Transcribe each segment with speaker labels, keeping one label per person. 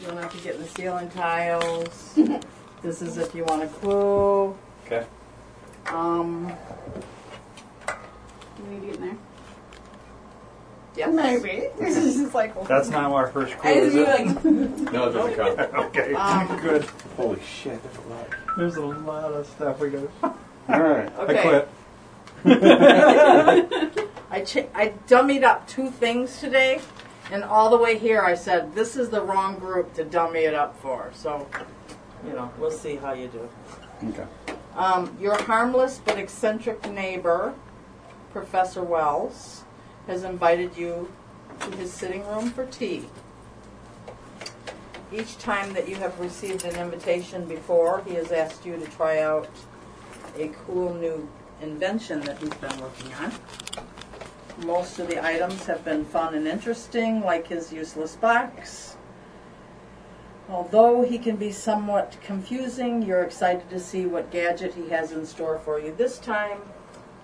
Speaker 1: You don't have to get in the ceiling tiles. this is if you want a clue.
Speaker 2: Okay.
Speaker 1: Um,
Speaker 3: You need to get in there?
Speaker 1: yes.
Speaker 3: Maybe. This is just like,
Speaker 2: That's not our first clue,
Speaker 3: I
Speaker 2: is
Speaker 3: just
Speaker 2: it?
Speaker 3: like,
Speaker 4: No, it doesn't count.
Speaker 2: okay,
Speaker 1: Um,
Speaker 2: good.
Speaker 4: Holy shit, that's a lot.
Speaker 2: There's a lot of stuff we got.
Speaker 4: All right.
Speaker 1: Okay.
Speaker 2: I quit.
Speaker 1: I, ch- I dummied up two things today, and all the way here I said, this is the wrong group to dummy it up for. So, you know, we'll see how you do.
Speaker 4: Okay.
Speaker 1: Um, your harmless but eccentric neighbor, Professor Wells, has invited you to his sitting room for tea. Each time that you have received an invitation before, he has asked you to try out a cool new invention that he's been working on. Most of the items have been fun and interesting, like his useless box. Although he can be somewhat confusing, you're excited to see what gadget he has in store for you this time.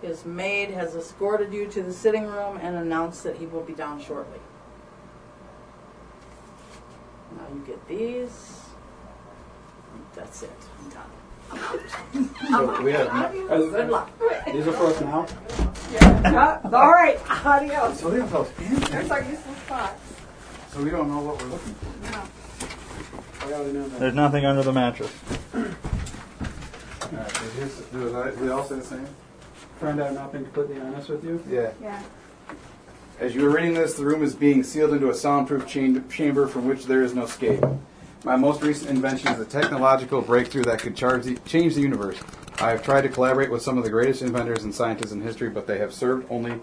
Speaker 1: His maid has escorted you to the sitting room and announced that he will be down shortly. Now you get these. That's it. I'm done.
Speaker 4: So we have.
Speaker 1: Good luck.
Speaker 4: These are for us now.
Speaker 3: all right, adios.
Speaker 4: So they have those fancy.
Speaker 3: There's our useless box.
Speaker 4: So we don't know what we're looking for.
Speaker 3: No.
Speaker 4: I already know that.
Speaker 2: There's nothing under the mattress.
Speaker 4: All right. So here's, do I, we all say the same?
Speaker 5: Friend, I've not been completely honest with you.
Speaker 4: Yeah.
Speaker 3: Yeah.
Speaker 4: As you are reading this, the room is being sealed into a soundproof cha- chamber from which there is no escape. My most recent invention is a technological breakthrough that could charge the, change the universe. I have tried to collaborate with some of the greatest inventors and scientists in history, but they have served only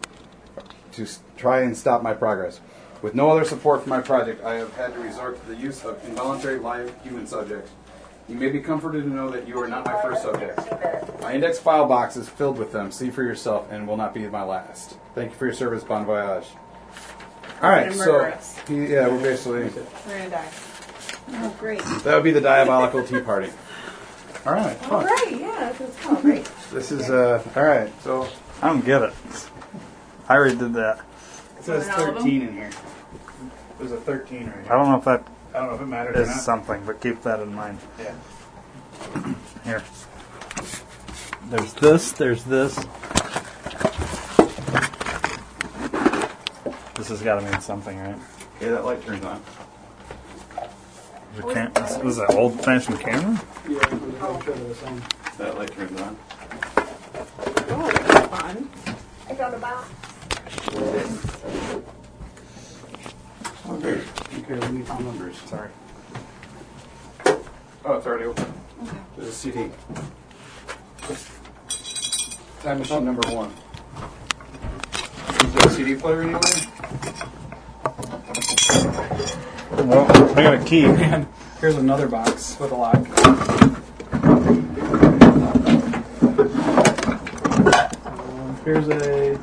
Speaker 4: to s- try and stop my progress. With no other support for my project, I have had to resort to the use of involuntary live human subjects. You may be comforted to know that you are not my first subject. My index file box is filled with them. See for yourself, and will not be my last. Thank you for your service, Bon Voyage. All right,
Speaker 1: And
Speaker 4: so
Speaker 1: murderous.
Speaker 4: he- yeah, we're basically
Speaker 3: We're gonna die. Oh, great.
Speaker 4: that would be the diabolical tea party. All right,
Speaker 3: All
Speaker 4: fun.
Speaker 3: right, yeah, that's what it's called. Great.
Speaker 4: This is uh, all right. So
Speaker 2: I don't get it. I already did that.
Speaker 4: it
Speaker 3: says Is it all of 13
Speaker 4: in here. There's a thirteen right
Speaker 2: I don't know if that
Speaker 4: I don't know if it matters
Speaker 2: is something, but keep that in mind.
Speaker 4: Yeah.
Speaker 2: Here. There's this, there's this. This has got to mean something, right?
Speaker 4: Yeah, that light turns on.
Speaker 2: Is it cam- is- was that old fashioned camera?
Speaker 5: Yeah, I'm going to show you the same.
Speaker 4: That light turns on.
Speaker 3: Oh, that's fun. I found a box.
Speaker 4: Okay, we need phone numbers. Sorry. Oh, it's already open. There's a CD. Time machine number one. Is there a CD player anywhere?
Speaker 2: Well, I got a key.
Speaker 5: And here's another box with a lock. Um, here's a.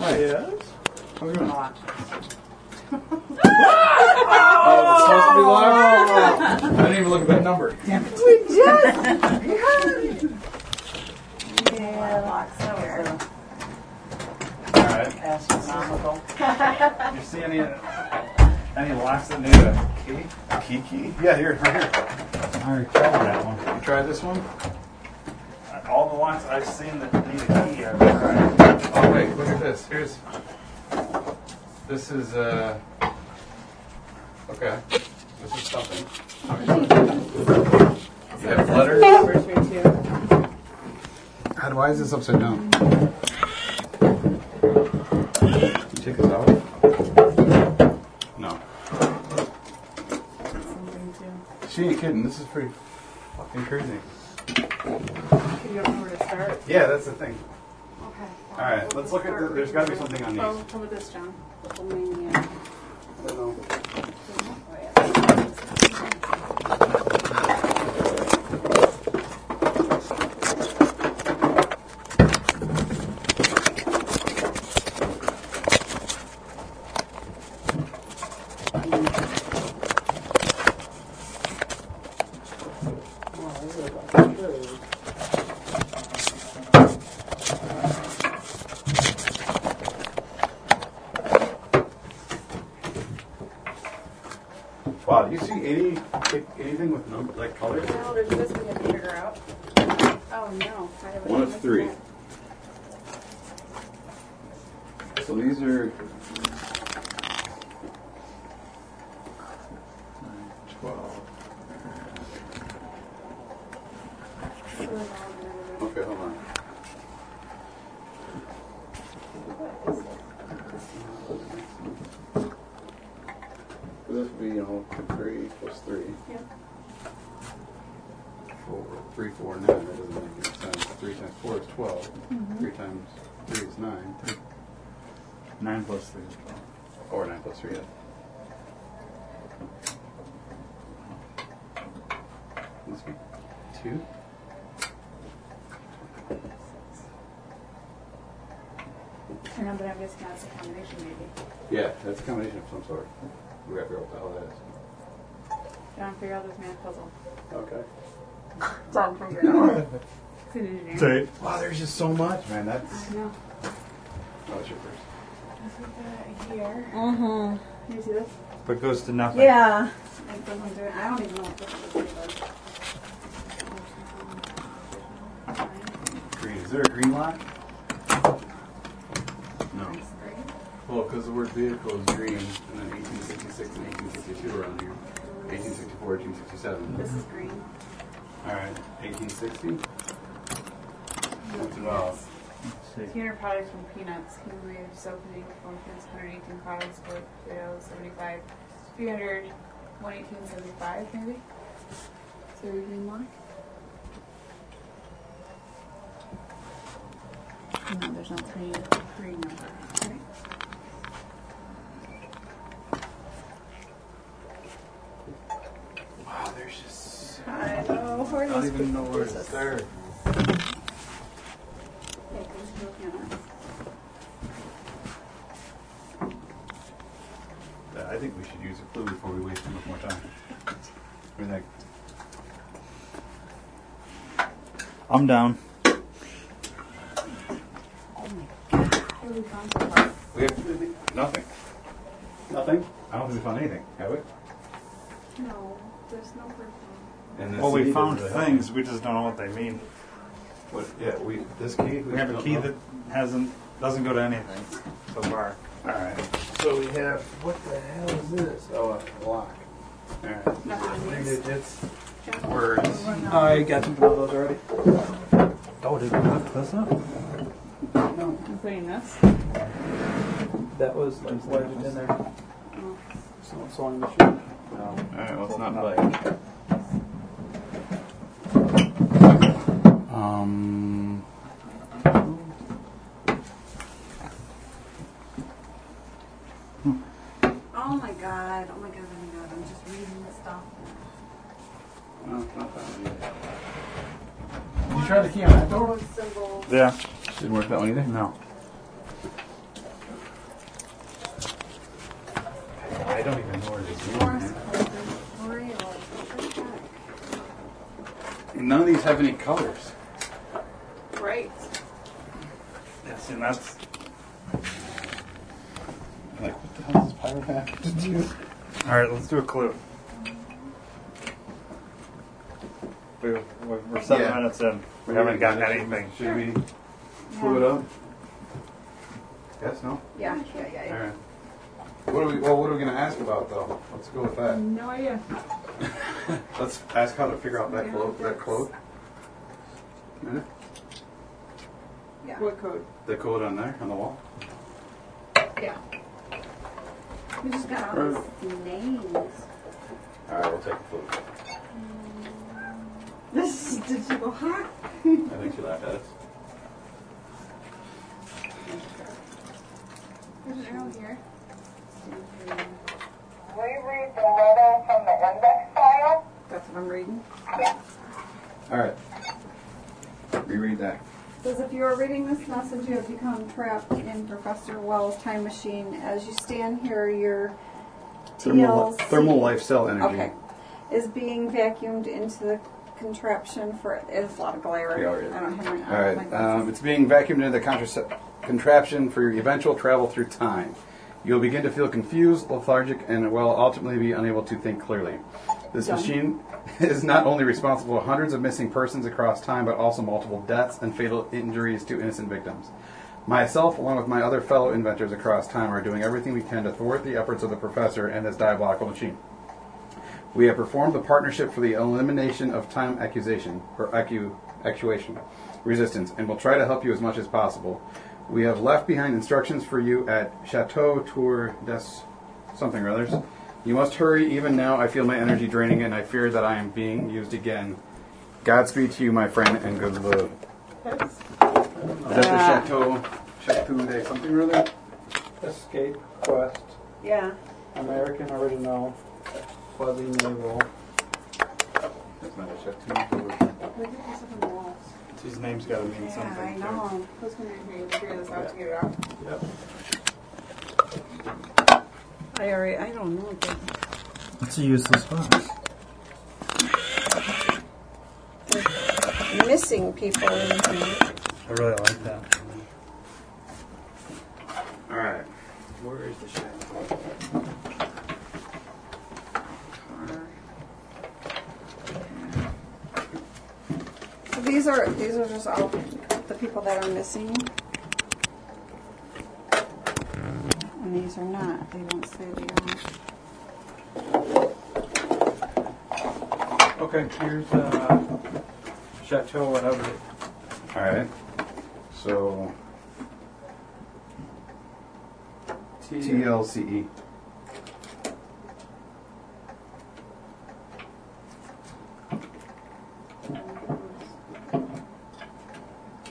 Speaker 5: Yes?
Speaker 4: How's it going?
Speaker 1: Not.
Speaker 4: Oh, it's supposed to be live. I didn't even look at that number.
Speaker 3: Yeah, box.
Speaker 1: So,
Speaker 6: astronomical.
Speaker 4: You see any any locks that need a key?
Speaker 7: Kiki? Yeah, here, right here.
Speaker 2: I already tried that one.
Speaker 4: You try this one?
Speaker 7: All the locks I've seen that need a key. I've tried.
Speaker 4: Oh wait, look at this. Here's this is uh okay. This is something. You have letters.
Speaker 8: Numbers me too.
Speaker 4: God, why is this upside down? You take this out. No.
Speaker 8: Something too.
Speaker 4: She ain't kidding. This is pretty fucking crazy.
Speaker 8: You don't know where to start.
Speaker 4: Yeah, that's the thing.
Speaker 8: Okay.
Speaker 4: All right, let's look at. The, there's got to be something on these.
Speaker 8: Oh, how about this, John? Little
Speaker 4: I don't know. Wow, do you see any anything with number like colors?
Speaker 8: Well, there's this we have to figure out. Oh, no. I haven't
Speaker 4: One of
Speaker 8: missed
Speaker 4: three.
Speaker 8: that.
Speaker 4: So these are. Twelve. Okay, hold on. So this would be, you know, three plus three.
Speaker 8: Yeah.
Speaker 4: Four, three, four, nine, that doesn't make any sense. Three times four is twelve. Three times three is nine.
Speaker 2: Nine plus three is twelve.
Speaker 4: Or nine plus three, yeah. Must be two?
Speaker 8: I know, but I'm guessing that's a combination maybe.
Speaker 4: Yeah, that's a combination of some sort. We gotta figure out what the hell that is.
Speaker 8: John, figure out this math puzzle.
Speaker 4: Okay.
Speaker 8: John, figure it out. It's an engineer.
Speaker 2: Say,
Speaker 4: Wow, there's just so much, man. That's.
Speaker 8: No.
Speaker 4: Oh, that's your first.
Speaker 8: Let's put that here.
Speaker 6: Mm-hmm.
Speaker 8: Can you see this?
Speaker 2: but goes to nothing.
Speaker 6: Yeah.
Speaker 8: It doesn't do it. I don't even know what this is.
Speaker 4: Green. Is there a green line? No.
Speaker 8: Nice, great.
Speaker 4: Well, because the word vehicle is green, and then 1866 and 1862 around here. 1864, 1867.
Speaker 8: This is green.
Speaker 4: Alright, 1860. That's
Speaker 8: Peanuts.
Speaker 2: Let's see.
Speaker 8: Peanut products from peanuts. Human made of soap and ink, four pence, 118 products, four potatoes, 75, 300, 118, 75 maybe? So we green one? No, there's not three, three numbers, right?
Speaker 4: Wow, there's just.
Speaker 8: I know, where
Speaker 4: I don't even know where to start. Uh, I think we should use a clue before we waste too much more time. I mean, like,
Speaker 2: I'm down.
Speaker 4: we have nothing. Nothing? I don't think we found anything, have we?
Speaker 8: No, there's no person.
Speaker 4: And
Speaker 2: Well, we
Speaker 4: CD
Speaker 2: found
Speaker 4: doesn't have
Speaker 2: things. We just don't know what they mean.
Speaker 4: it. What, yeah, we, this key?
Speaker 2: We have a
Speaker 4: don't
Speaker 2: key
Speaker 4: know.
Speaker 2: that hasn't doesn't go to anything so far.
Speaker 4: Alright. So we have, what the hell is this? Oh, a lock. Alright.
Speaker 8: Nothing
Speaker 4: Three
Speaker 8: is.
Speaker 4: digits,
Speaker 8: John,
Speaker 4: words.
Speaker 5: I got something of those already.
Speaker 2: Oh, did we look this up?
Speaker 8: Including this?
Speaker 5: That was like what I did in there.
Speaker 8: Oh.
Speaker 5: So it's on the sheet.
Speaker 4: Alright, well, it's not play. Um.
Speaker 8: Oh my god, oh my god, oh my god, I'm just reading this stuff.
Speaker 4: No, it's not that one. You try the key on that door?
Speaker 8: Those symbols.
Speaker 2: Yeah.
Speaker 4: Didn't work that one either?
Speaker 2: No.
Speaker 4: I don't even know where this is.
Speaker 8: Morse code, they're real. What the heck?
Speaker 4: None of these have any colors.
Speaker 8: Right.
Speaker 2: Yes, and that's
Speaker 4: Like, what the hell is Pyrohack to do?
Speaker 2: All right, let's do a clue. We, we're- we're seven
Speaker 4: Yeah.
Speaker 2: minutes in. We haven't gotten anything.
Speaker 4: Should we
Speaker 3: Yeah.
Speaker 4: pull it up? Yes, no?
Speaker 3: Yeah, yeah, yeah. yeah.
Speaker 4: Alright. What are we, well, what are we gonna ask about though? Let's go with that.
Speaker 3: No idea.
Speaker 4: Let's ask how to figure out that cloak, that cloak. Minute.
Speaker 3: Yeah.
Speaker 5: What code?
Speaker 4: The code on there, on the wall.
Speaker 3: Yeah. We just got all these names.
Speaker 4: Alright, we'll take the cloak.
Speaker 3: This is, did you go, huh?
Speaker 4: I think she laughed at us.
Speaker 3: There's an arrow here.
Speaker 9: reread the letter from the index file?
Speaker 5: That's what I'm reading.
Speaker 4: Alright. Reread that.
Speaker 10: Says if you are reading this message, you have become trapped in Professor Wells' time machine. As you stand here, your
Speaker 4: Thermal,
Speaker 10: TLC
Speaker 4: thermal life cell energy.
Speaker 10: Okay, is being vacuumed into the contraption for. It's a lot of glare.
Speaker 4: Yeah, it is.
Speaker 10: I don't have my.
Speaker 4: All
Speaker 10: my
Speaker 4: right.
Speaker 10: glasses.
Speaker 4: Um, it's being vacuumed into the contracep contraption for your eventual travel through time. You'll begin to feel confused, lethargic, and will ultimately be unable to think clearly. This
Speaker 10: Done.
Speaker 4: machine is not only responsible for hundreds of missing persons across time, but also multiple deaths and fatal injuries to innocent victims. Myself, along with my other fellow inventors across time, are doing everything we can to thwart the efforts of the professor and this diabolical machine. We have performed the partnership for the elimination of time accusation or accu- actuation resistance, and will try to help you as much as possible. We have left behind instructions for you at Chateau Tour des something or others. You must hurry. Even now, I feel my energy draining, and I fear that I am being used again. Godspeed to you, my friend, and good luck. Is that the Chateau Chateau de something or other?
Speaker 5: Escape Quest.
Speaker 1: Yeah.
Speaker 5: American Original. Fuzzy Naval.
Speaker 4: That's not a Chateau.
Speaker 3: We could do something else.
Speaker 4: His name's got to mean
Speaker 10: yeah, I
Speaker 4: something. too.
Speaker 10: know.
Speaker 3: Who's gonna agree to figure this out to get it out?
Speaker 10: I already. I don't know. but-
Speaker 2: It's a useless box.
Speaker 10: Missing people. in here.
Speaker 2: I really like that.
Speaker 4: All right. Where is the Chateau?
Speaker 10: So these are these are just all the people that are missing. And these are not. They don't say they are.
Speaker 5: Okay, here's uh, Chateau, whatever.
Speaker 4: All right. So TLCE.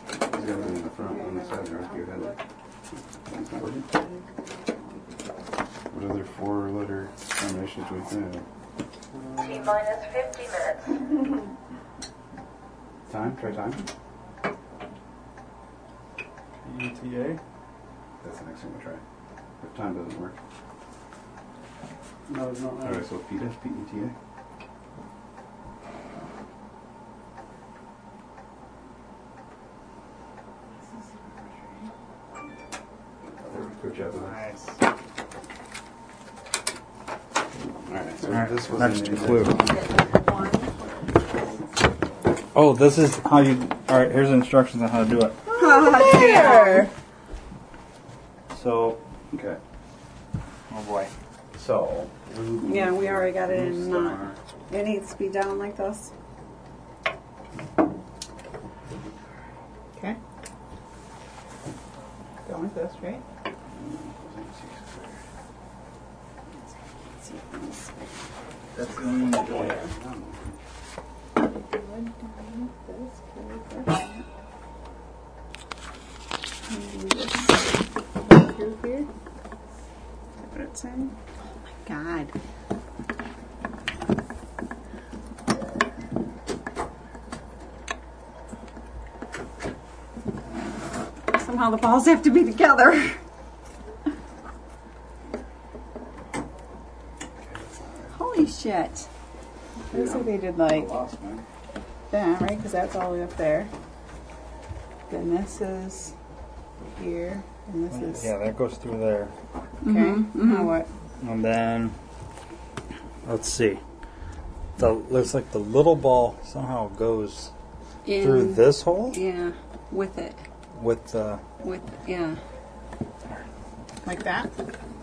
Speaker 4: It's gotta be in the front, on the side, or if you had it. It's not working? What other four-letter combinations do we have?
Speaker 9: T minus 50 minutes.
Speaker 4: Time, try time.
Speaker 2: E
Speaker 5: ETA.
Speaker 4: That's the next thing we'll try. If time doesn't work.
Speaker 5: No, no,
Speaker 4: All right, so E PETA,
Speaker 2: E
Speaker 4: P-E-T-A. Good job, man.
Speaker 2: Nice.
Speaker 4: All right, so
Speaker 2: All right,
Speaker 4: this was
Speaker 2: next
Speaker 4: in the-
Speaker 2: clue. Oh, this is how you. All right, here's the instructions on how to do it. So,
Speaker 4: Okay,
Speaker 2: oh boy.
Speaker 4: so.
Speaker 10: Yeah, we already got it in knot.
Speaker 4: Star.
Speaker 10: It needs to be down like this.
Speaker 8: Okay. Going with this, right?
Speaker 11: That's the only one you don't have.
Speaker 10: Through here. Is that what it's saying?
Speaker 8: Oh, God.
Speaker 10: Somehow the balls have to be together. Holy shit.
Speaker 8: It looks like they did like
Speaker 4: Lost, man.
Speaker 8: that, right? Because that's all the way up there. Then this is here, and this is
Speaker 2: Yeah, that goes through there.
Speaker 8: Okay.
Speaker 12: Mm-hmm,
Speaker 8: Now what?
Speaker 2: And then, let's see. The looks like the little ball somehow goes
Speaker 12: In,
Speaker 2: through this hole
Speaker 12: Yeah, with it,
Speaker 2: with uh, the.
Speaker 12: with yeah.
Speaker 8: Like that?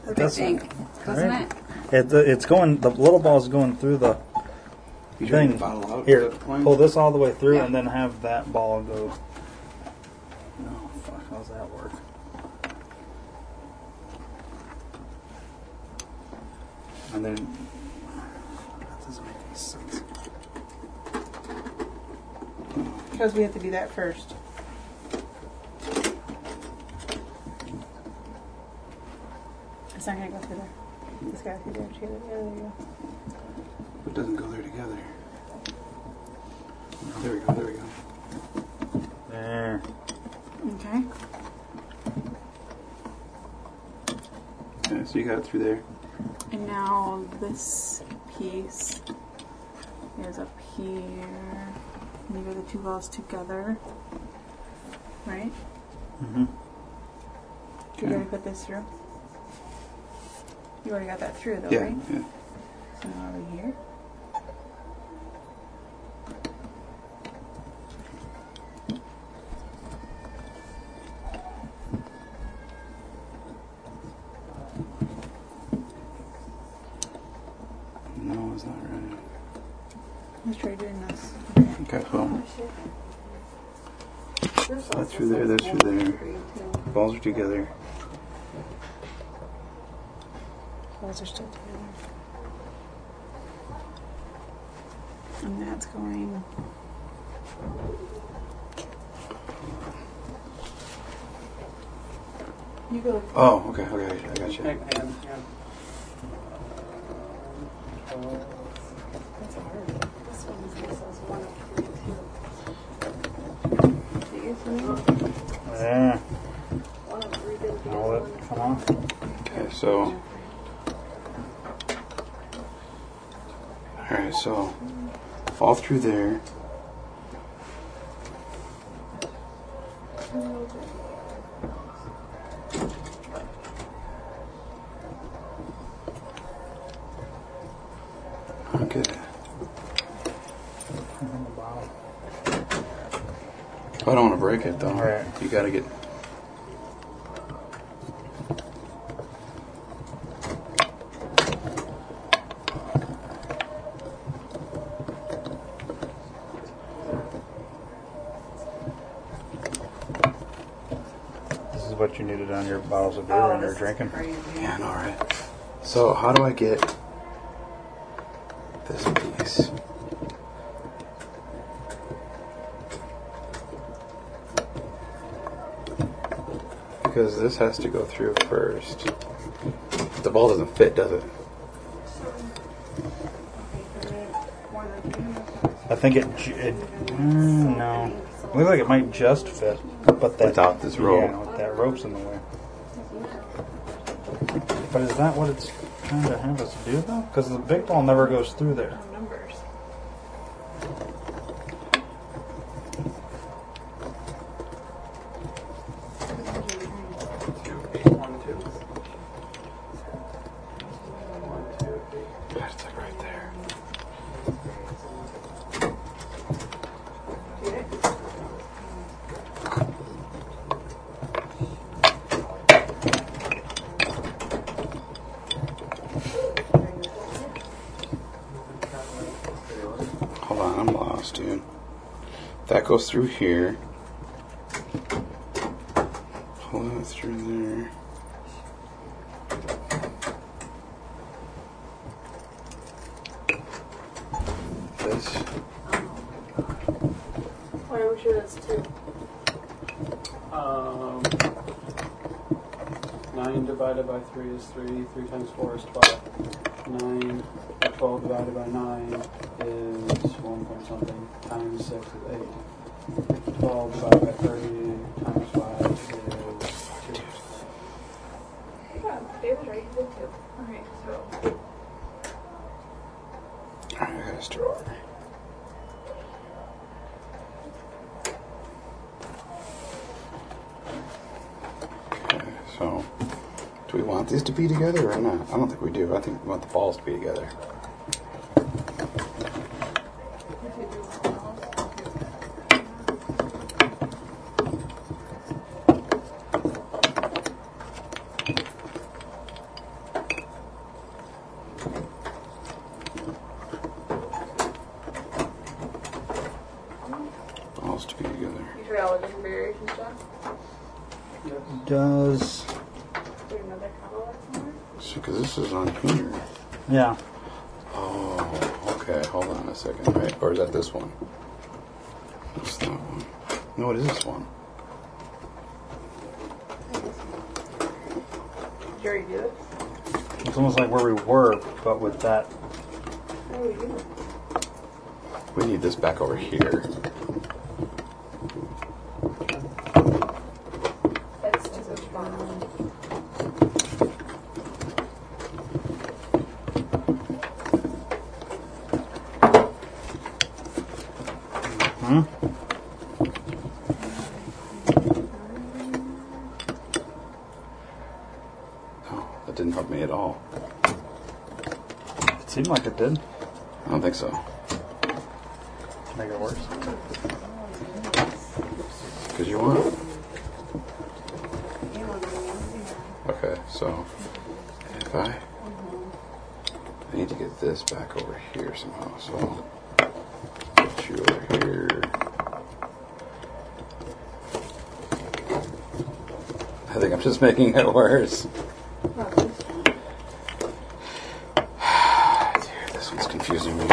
Speaker 12: I
Speaker 2: That's-
Speaker 12: think doesn't
Speaker 2: right.
Speaker 12: it?
Speaker 2: It, uh, it's going. The little ball is going through the
Speaker 4: You trying to
Speaker 2: thing.
Speaker 4: funnel out
Speaker 2: Here,
Speaker 4: to that point?
Speaker 2: pull this all the way through,
Speaker 12: Yeah.
Speaker 2: and then have that ball go. No, fuck. How's that work?
Speaker 4: And then
Speaker 2: That doesn't make any sense.
Speaker 8: Because we have to do that first. It's not gonna go through there. It's got through there too. There we go.
Speaker 4: It doesn't go there together. Oh, There we go, there we go.
Speaker 2: There.
Speaker 8: Okay.
Speaker 4: Okay, so you got it through there.
Speaker 3: And now this piece is up here. And you got the two balls together, right?
Speaker 4: Mm-hmm.
Speaker 2: hmm
Speaker 8: You're gonna put this through?
Speaker 3: You already got that through though,
Speaker 4: Yeah,
Speaker 3: right?
Speaker 4: yeah.
Speaker 3: So now over here.
Speaker 4: No, it's not right.
Speaker 8: Let's try doing this.
Speaker 4: Okay, well, that's through there, that's through there. Balls are together.
Speaker 8: Balls are still together. And that's going.
Speaker 3: You go
Speaker 4: Oh, okay, okay, I got
Speaker 5: Hang
Speaker 4: you.
Speaker 5: on, hang on.
Speaker 10: That's hard. This one's, this is one of three, two. These ones,
Speaker 2: There.
Speaker 10: one of three big
Speaker 2: Now will it come off?
Speaker 4: Okay, so. Alright, so all through there. Okay. I don't want to break it though.
Speaker 2: Alright.
Speaker 4: You gotta get.
Speaker 2: This is what you needed on your bottles of beer when
Speaker 1: Oh,
Speaker 2: you were
Speaker 1: this
Speaker 2: drinking.
Speaker 1: is crazy.
Speaker 4: Man, alright. So, how do I get this piece? Because this has to go through first. The ball doesn't fit, does it?
Speaker 2: I think it. ju- it mm, no. It looks like it might just fit, but that,
Speaker 4: Without this rope.
Speaker 2: Yeah, with that rope's in the way. But is that what it's trying to have us do though? Because the big ball never goes through there.
Speaker 1: Numbers.
Speaker 5: One, two. One, two, three.
Speaker 4: God, it's like right there. Hold on, I'm lost, dude. That goes through here. Hold on, through there. This.
Speaker 3: Why we sure that's two?
Speaker 5: Um, nine divided by three is three. Three times four is twelve. Nine or twelve divided by nine is one point something. Times six is eight. Twelve divided by thirty times five is two.
Speaker 3: Yeah, David's right, he did two. Alright, so.
Speaker 4: Alright, I gotta start over. Okay, so Do we want these to be together or not? I don't think we do. I think we want the balls to be together. Balls to be together.
Speaker 3: Future allergen variations, John?
Speaker 5: Yes.
Speaker 2: Does
Speaker 3: Put another color somewhere?
Speaker 4: Because this is on here.
Speaker 2: yeah.
Speaker 4: Oh, okay. Hold on a second. Right, or is that this one? It's that one. No, it is this one.
Speaker 3: Jerry, do it.
Speaker 2: It's almost like where we were, but with that.
Speaker 3: Oh, you.
Speaker 4: We need this back over here.
Speaker 3: That's too much fun.
Speaker 2: Hmm?
Speaker 4: Oh, that didn't help me at all.
Speaker 2: It seemed like it did.
Speaker 4: I don't think so.
Speaker 2: Make it worse.
Speaker 4: Because you want. Okay, so if I, I need to get this back over here somehow. So I'll put you over here. I think I'm just making it worse. Dude, this one's confusing me.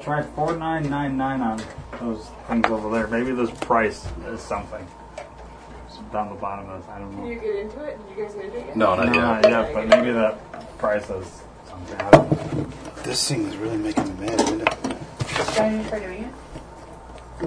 Speaker 2: Try four nine nine nine on those things over there. Maybe this price is something. It's down the bottom of this. I don't
Speaker 3: Did
Speaker 2: know.
Speaker 3: you get into it? Did you guys get into it yet?
Speaker 4: No, not
Speaker 2: Yeah,
Speaker 4: yet.
Speaker 2: yeah, but maybe that price is something. I don't know.
Speaker 4: This thing is really making me mad, isn't it?
Speaker 3: Trying to try doing it?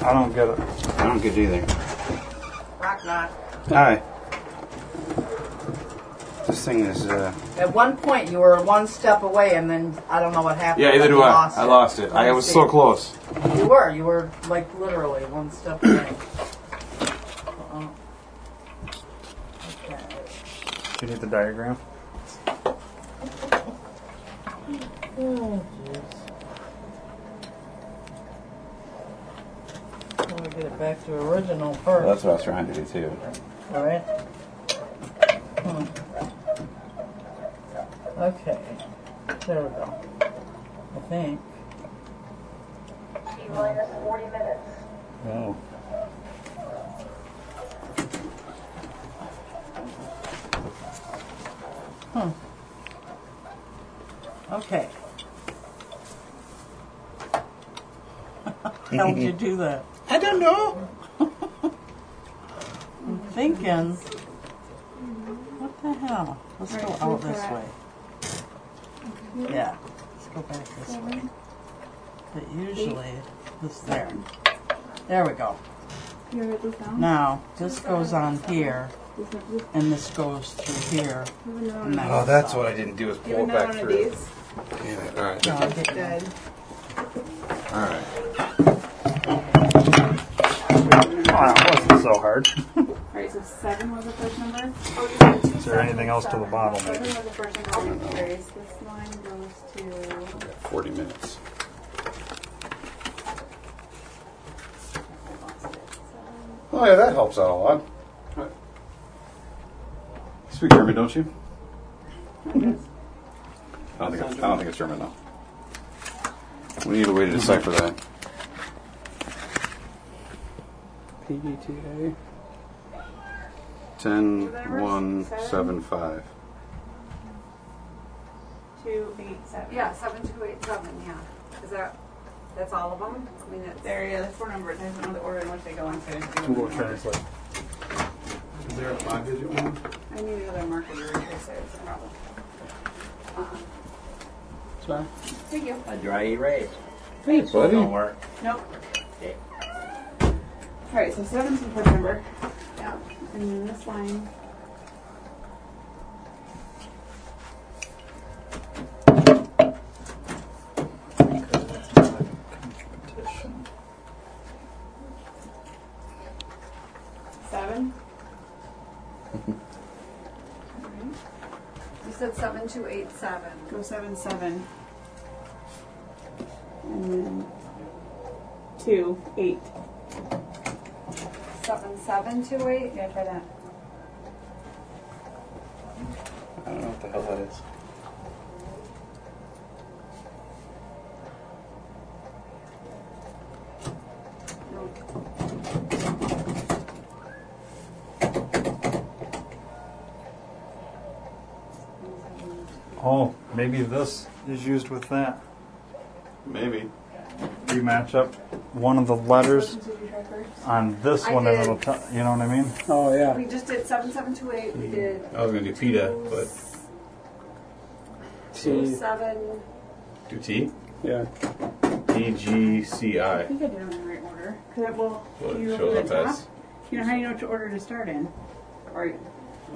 Speaker 2: I don't get it.
Speaker 4: I don't get it either.
Speaker 1: Rock knock.
Speaker 4: Hi. This thing is. uh...
Speaker 1: At one point, you were one step away, and then I don't know what happened.
Speaker 4: Yeah, either
Speaker 1: but
Speaker 4: do
Speaker 1: you
Speaker 4: I.
Speaker 1: Lost
Speaker 4: I
Speaker 1: it.
Speaker 4: lost it. I
Speaker 1: Let me
Speaker 4: was
Speaker 1: see.
Speaker 4: so close.
Speaker 1: You were. You were like literally one step away. Uh-oh. Okay.
Speaker 2: Do you need the diagram?
Speaker 1: Let me get it back to original first.
Speaker 4: what I was trying to do too.
Speaker 1: All right. Hmm. Okay. There we go. I think.
Speaker 9: T minus 40 minutes.
Speaker 2: Oh.
Speaker 1: Hmm. Okay. How would you do that?
Speaker 12: I don't know.
Speaker 1: I'm thinking. What the hell? Let's go
Speaker 3: Right,
Speaker 1: out
Speaker 3: go
Speaker 1: this
Speaker 3: back.
Speaker 1: way. Yeah. Let's go back this way. But usually it's there. There we go.
Speaker 10: You write this
Speaker 1: Um,
Speaker 10: down?
Speaker 1: Now this goes on here,
Speaker 10: Does it- does it
Speaker 1: and this goes through here.
Speaker 10: have another one?
Speaker 1: and that
Speaker 4: Oh,
Speaker 1: goes
Speaker 4: that's
Speaker 1: up.
Speaker 4: what I didn't do is
Speaker 3: You
Speaker 4: pull
Speaker 3: have
Speaker 4: it
Speaker 3: another
Speaker 4: back
Speaker 3: one of
Speaker 4: through.
Speaker 3: these?
Speaker 4: Damn it. All right.
Speaker 1: No, I didn't.
Speaker 3: Dead.
Speaker 4: All right.
Speaker 2: Oh, it wasn't so hard.
Speaker 10: Alright, so seven was the first number?
Speaker 2: Is there anything else to the bottom?
Speaker 10: Oh, Seven was the first number. Erase this line goes to,
Speaker 4: Got 40 minutes. Oh, yeah, that helps out a lot. You speak German, don't you? I don't, think it's, I don't think it's German, though. We need a way to decipher that.
Speaker 5: PGTA.
Speaker 4: 10, 1, 7, 5.
Speaker 3: Two, eight, seven.
Speaker 12: Yeah, seven two eight seven. Yeah. Is that? That's all of them. I mean, that's
Speaker 3: There, yeah, there's four numbers. I don't know the order in which they go on. so I didn't do it.
Speaker 2: Google Translate.
Speaker 4: Is there a five digit one?
Speaker 3: I need another marker to replace it. It's a problem.
Speaker 5: Sorry.
Speaker 10: Thank you.
Speaker 13: A dry erase.
Speaker 10: Hey, buddy.
Speaker 13: Don't work.
Speaker 10: Nope.
Speaker 13: Okay.
Speaker 10: All right, so seven's the first number. Yeah, and then this line.
Speaker 2: Competition.
Speaker 10: Seven. Alright.
Speaker 12: You said seven two eight seven.
Speaker 10: Go seven seven. And then two eight.
Speaker 12: Seven seven two eight?
Speaker 10: Yeah, try that.
Speaker 13: I don't know what the hell that is.
Speaker 2: Oh, maybe this is used with that.
Speaker 4: Maybe.
Speaker 2: You match up one of the letters
Speaker 10: Did you try first?
Speaker 2: on this
Speaker 10: I
Speaker 2: one, and
Speaker 10: did.
Speaker 2: it'll tell. You know what I mean?
Speaker 5: Oh yeah.
Speaker 10: We just did seven seven two eight. We did
Speaker 4: I was gonna do PETA, but
Speaker 10: two
Speaker 5: T.
Speaker 10: seven.
Speaker 4: do T.
Speaker 5: Yeah.
Speaker 4: T G C
Speaker 8: I
Speaker 4: I.
Speaker 8: think I did them in the right order. Cause it will,
Speaker 4: Well,
Speaker 8: you
Speaker 4: it
Speaker 8: open
Speaker 4: shows
Speaker 8: the
Speaker 4: up
Speaker 8: top.
Speaker 4: as
Speaker 8: You know how you know which order to start in.
Speaker 10: Or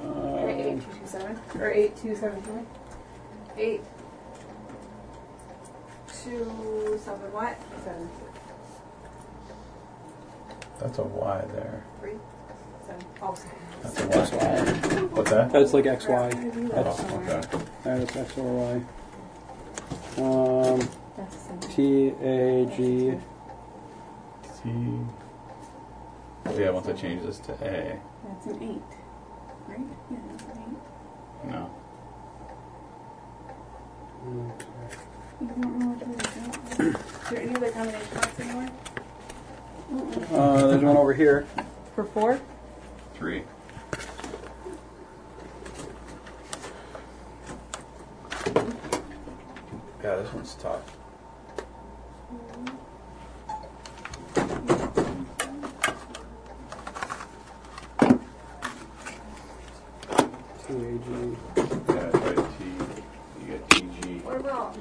Speaker 5: Uh,
Speaker 10: eight two two seven. Or eight two seven three.
Speaker 12: Eight two seven what?
Speaker 10: Seven
Speaker 13: That's a Y there.
Speaker 12: Three? Seven. Oh, seven.
Speaker 13: That's a Y. What's that?
Speaker 5: that's like X Y.
Speaker 13: Oh, okay.
Speaker 5: That's X or Y. Um,
Speaker 8: That's the same.
Speaker 5: T A G.
Speaker 4: T. Yeah, once I change this to A.
Speaker 8: That's an eight. Right? Yeah, that's an eight.
Speaker 4: No.
Speaker 13: Mm.
Speaker 8: You don't know what to do. Is there any other combination box anywhere?
Speaker 5: Uh, there's one over here.
Speaker 8: For four?
Speaker 4: Three.
Speaker 13: Yeah, this one's tough.
Speaker 5: T A G.
Speaker 4: Yeah, try T. You got T G.
Speaker 12: What about?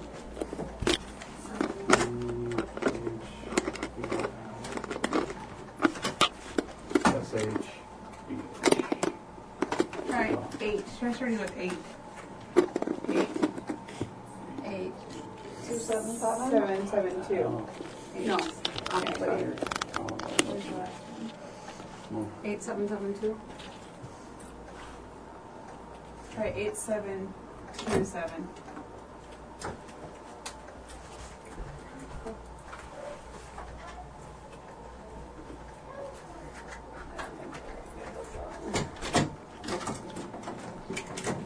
Speaker 4: S H. B.
Speaker 8: All right, eight. Try starting with eight.
Speaker 10: eight
Speaker 12: Eight two seven seven?
Speaker 10: seven seven two.
Speaker 12: No. Okay. Eight seven seven two?
Speaker 10: Try eight seven two seven.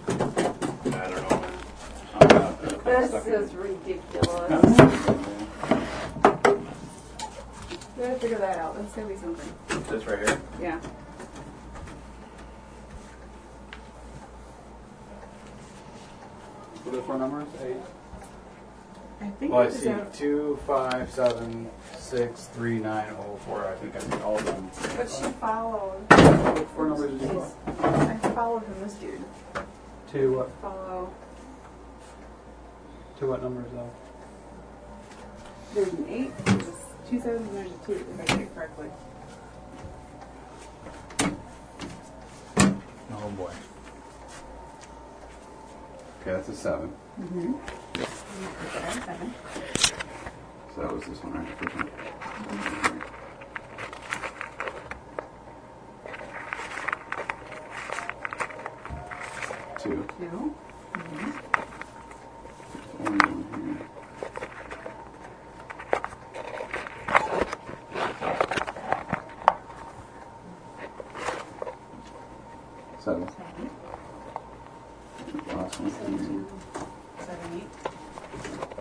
Speaker 4: I don't know. I'm not- I'm
Speaker 1: This
Speaker 4: stuck in-
Speaker 1: is ridiculous.
Speaker 10: We gotta figure that out. That's gonna be something.
Speaker 13: This right here.
Speaker 10: Yeah.
Speaker 5: What are the four numbers? Eight.
Speaker 8: I think
Speaker 4: Well, I
Speaker 8: it was
Speaker 4: see
Speaker 8: out.
Speaker 4: two, five, seven, six, three, nine, oh, four. I think I see all of them.
Speaker 10: But she followed.
Speaker 5: What four numbers did you call?
Speaker 10: I followed from this dude.
Speaker 5: To what?
Speaker 10: Follow.
Speaker 5: To what numbers though?
Speaker 10: There's an eight, there's a two sevens, and there's a two, if I did it correctly.
Speaker 2: Oh boy.
Speaker 4: Okay, that's a seven.
Speaker 8: Mm-hmm. Seven, seven.
Speaker 4: So that was this one, right? First one. Two.
Speaker 8: Two.
Speaker 4: Only one here. Seven.
Speaker 8: Seven.
Speaker 4: Last one.
Speaker 8: Seven, two. Seven, eight.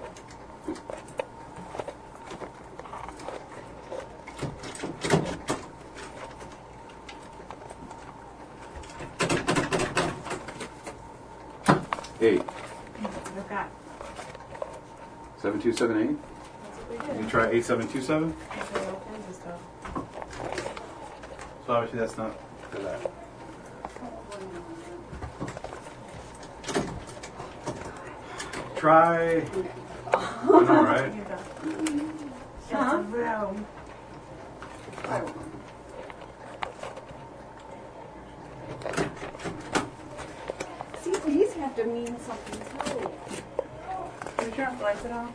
Speaker 4: Eight.
Speaker 8: That's what I've got.
Speaker 4: Seven two seven eight.
Speaker 8: That's what we did.
Speaker 4: You try eight seven two seven.
Speaker 8: That's what all kinds of stuff.
Speaker 4: So obviously that's not for that. Try
Speaker 14: I know, right?
Speaker 13: Huh?
Speaker 8: room.
Speaker 10: See, these have to mean something too.
Speaker 8: Can you turn off the lights at all?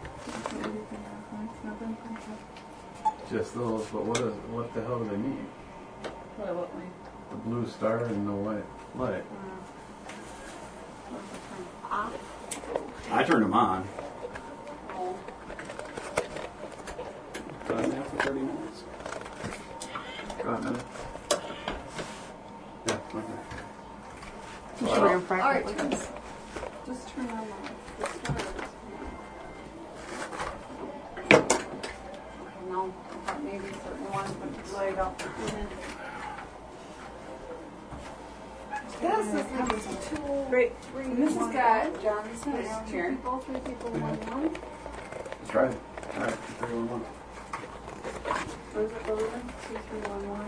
Speaker 4: Just those, but what is what the hell do they need?
Speaker 8: What, what, light?
Speaker 4: The blue star and the white light.
Speaker 15: I turned them on.
Speaker 5: Done now for 30 minutes.
Speaker 15: Got another? Yeah, okay.
Speaker 10: All right, just, just turn on the stars.
Speaker 13: I don't know, but maybe certain ones would light up.
Speaker 8: This is number two.
Speaker 10: Great.
Speaker 8: Three.
Speaker 10: And this has
Speaker 8: one.
Speaker 10: got John's
Speaker 8: This
Speaker 10: name
Speaker 8: is
Speaker 10: here.
Speaker 8: here.
Speaker 10: People, three people, one, one.
Speaker 4: Let's try it. All right, three, one, one.
Speaker 10: Where's it going? Two, three, one, one.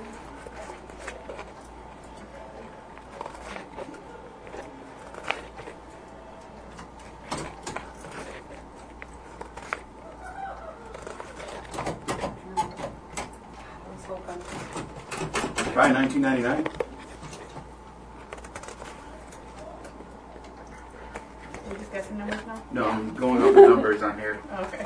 Speaker 13: I was hoping.
Speaker 4: Try 1999.
Speaker 8: We just got some numbers now?
Speaker 4: No, I'm going over the numbers on here.
Speaker 8: Okay.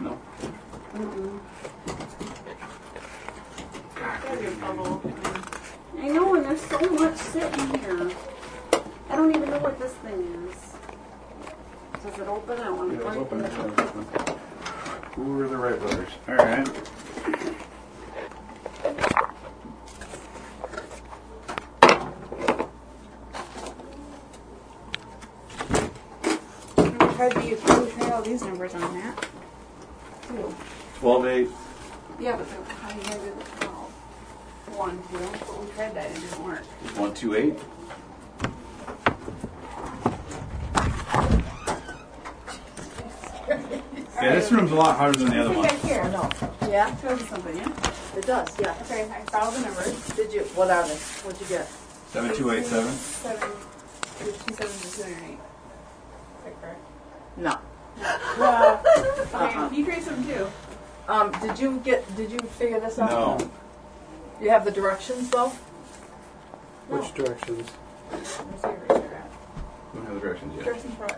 Speaker 4: No.
Speaker 10: I know, and there's so much sitting here. I don't even know what this thing is. Does it open? I want
Speaker 4: Yeah,
Speaker 10: to
Speaker 4: it was
Speaker 10: break
Speaker 4: open.
Speaker 10: it.
Speaker 4: Who were the Wright brothers? All right.
Speaker 8: How'd you try all these numbers on that?
Speaker 4: Twelve eight.
Speaker 13: Yeah, but the- how you gonna do the twelve? One, two, but we tried that, it didn't work.
Speaker 4: One two eight. Yeah, this room's a lot harder than the other one.
Speaker 8: here, no.
Speaker 1: Yeah,
Speaker 8: Shows you something, yeah?
Speaker 1: it does, yeah.
Speaker 8: Okay, I followed the numbers.
Speaker 1: Did you, what are they? What'd you get?
Speaker 4: Seven two eight seven.
Speaker 8: Seven, two, two, seven, two, seven, and eight. Is that correct?
Speaker 1: No.
Speaker 8: Well,
Speaker 1: Uh-uh.
Speaker 8: okay, you traced them too.
Speaker 1: Um, did you get, did you figure this out?
Speaker 4: No.
Speaker 1: You have the directions though?
Speaker 5: Which directions?
Speaker 8: Let's see where you're at.
Speaker 15: Don't have the directions yet.
Speaker 8: Tracing for it.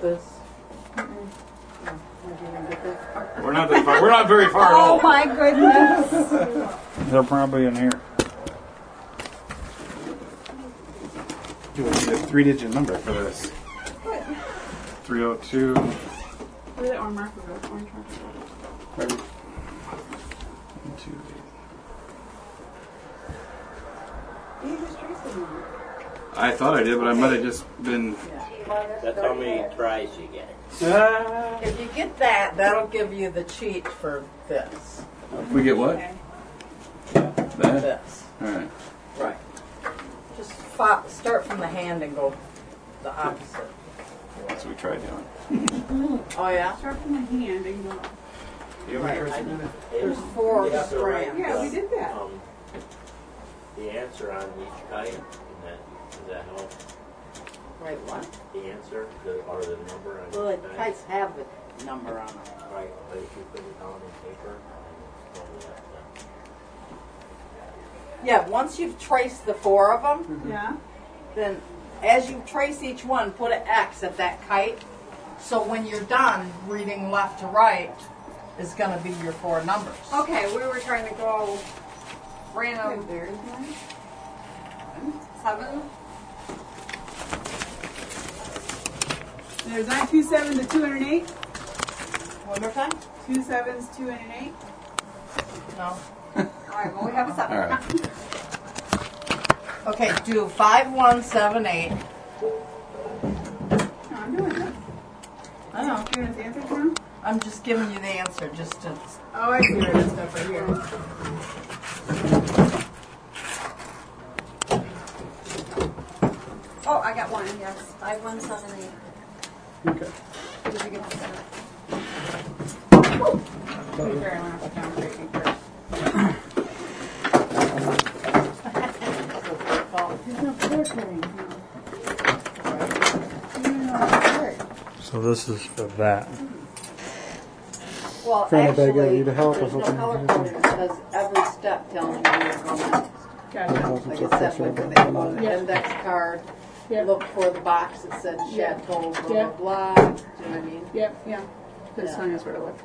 Speaker 1: This? No, I didn't get this part.
Speaker 4: We're not that far. We're not very far at
Speaker 10: Oh
Speaker 4: all.
Speaker 10: my goodness.
Speaker 2: They're probably in here.
Speaker 4: Do we need a three-digit number for this? Three oh two.
Speaker 8: Where that orange marker go? Orange marker.
Speaker 13: You just traced them wrong.
Speaker 4: I thought I did, but I might have just been.
Speaker 16: That's how many tries you get.
Speaker 1: If you get that, that'll give you the cheat for this,
Speaker 4: We get what? That.
Speaker 1: this.
Speaker 4: All right.
Speaker 1: Right. Just fo- start from the hand and go the opposite.
Speaker 4: That's what we tried doing.
Speaker 1: Oh, yeah?
Speaker 8: Start from the hand and go.
Speaker 4: You
Speaker 1: Right,
Speaker 4: ever
Speaker 1: I-
Speaker 4: tried that?
Speaker 1: There's four
Speaker 16: You have to write
Speaker 1: strands.
Speaker 8: Yeah, we
Speaker 16: the,
Speaker 8: did that.
Speaker 16: um, The answer on each kite, and that, does that help?
Speaker 1: Right, what?
Speaker 16: The answer, the- or the number on
Speaker 1: Well,
Speaker 16: each
Speaker 1: the
Speaker 16: kite?
Speaker 1: kites have the number on them.
Speaker 16: Right, but if you put it down on paper, and it's only that, uh,
Speaker 1: Yeah, once you've traced the four of them,
Speaker 8: Yeah?
Speaker 1: then as you trace each one, put an X at that kite. So when you're done reading left to right, is going to be your four numbers.
Speaker 10: Okay, we were trying to go random.
Speaker 8: There is one.
Speaker 10: Seven?
Speaker 8: There's not two seven to two hundred eight.
Speaker 1: One more time?
Speaker 8: Two sevens, two and an eight.
Speaker 1: No.
Speaker 10: All right, well, we have a seven.
Speaker 4: All right.
Speaker 1: Okay, do five one seven eight.
Speaker 8: No, I'm doing this.
Speaker 1: I know.
Speaker 8: You're gonna answer now?
Speaker 1: I'm just giving you the answer, just to.
Speaker 8: Oh, I see where this stuff right here.
Speaker 10: Oh, I got one, yes. Five, one, seven, eight.
Speaker 5: Okay.
Speaker 10: Did you get the seven?
Speaker 8: To be fair, I went off the down breaking first.
Speaker 1: That's what they call
Speaker 17: color coding now.
Speaker 13: So this is for that.
Speaker 1: Well,
Speaker 5: Trying to beg
Speaker 1: actually,
Speaker 5: of you to help
Speaker 1: there's
Speaker 5: if I
Speaker 1: no
Speaker 5: can
Speaker 1: color
Speaker 5: do
Speaker 1: coding because every step tells you where you're going.
Speaker 5: Gotcha.
Speaker 1: Like I said, with the they on the index card, look for the box that said
Speaker 8: Yep.
Speaker 1: shed total, blah, blah,
Speaker 8: Yep.
Speaker 1: blah, do you know what I mean?
Speaker 8: Yep, yeah. Just
Speaker 1: Yeah.
Speaker 8: telling us where to look.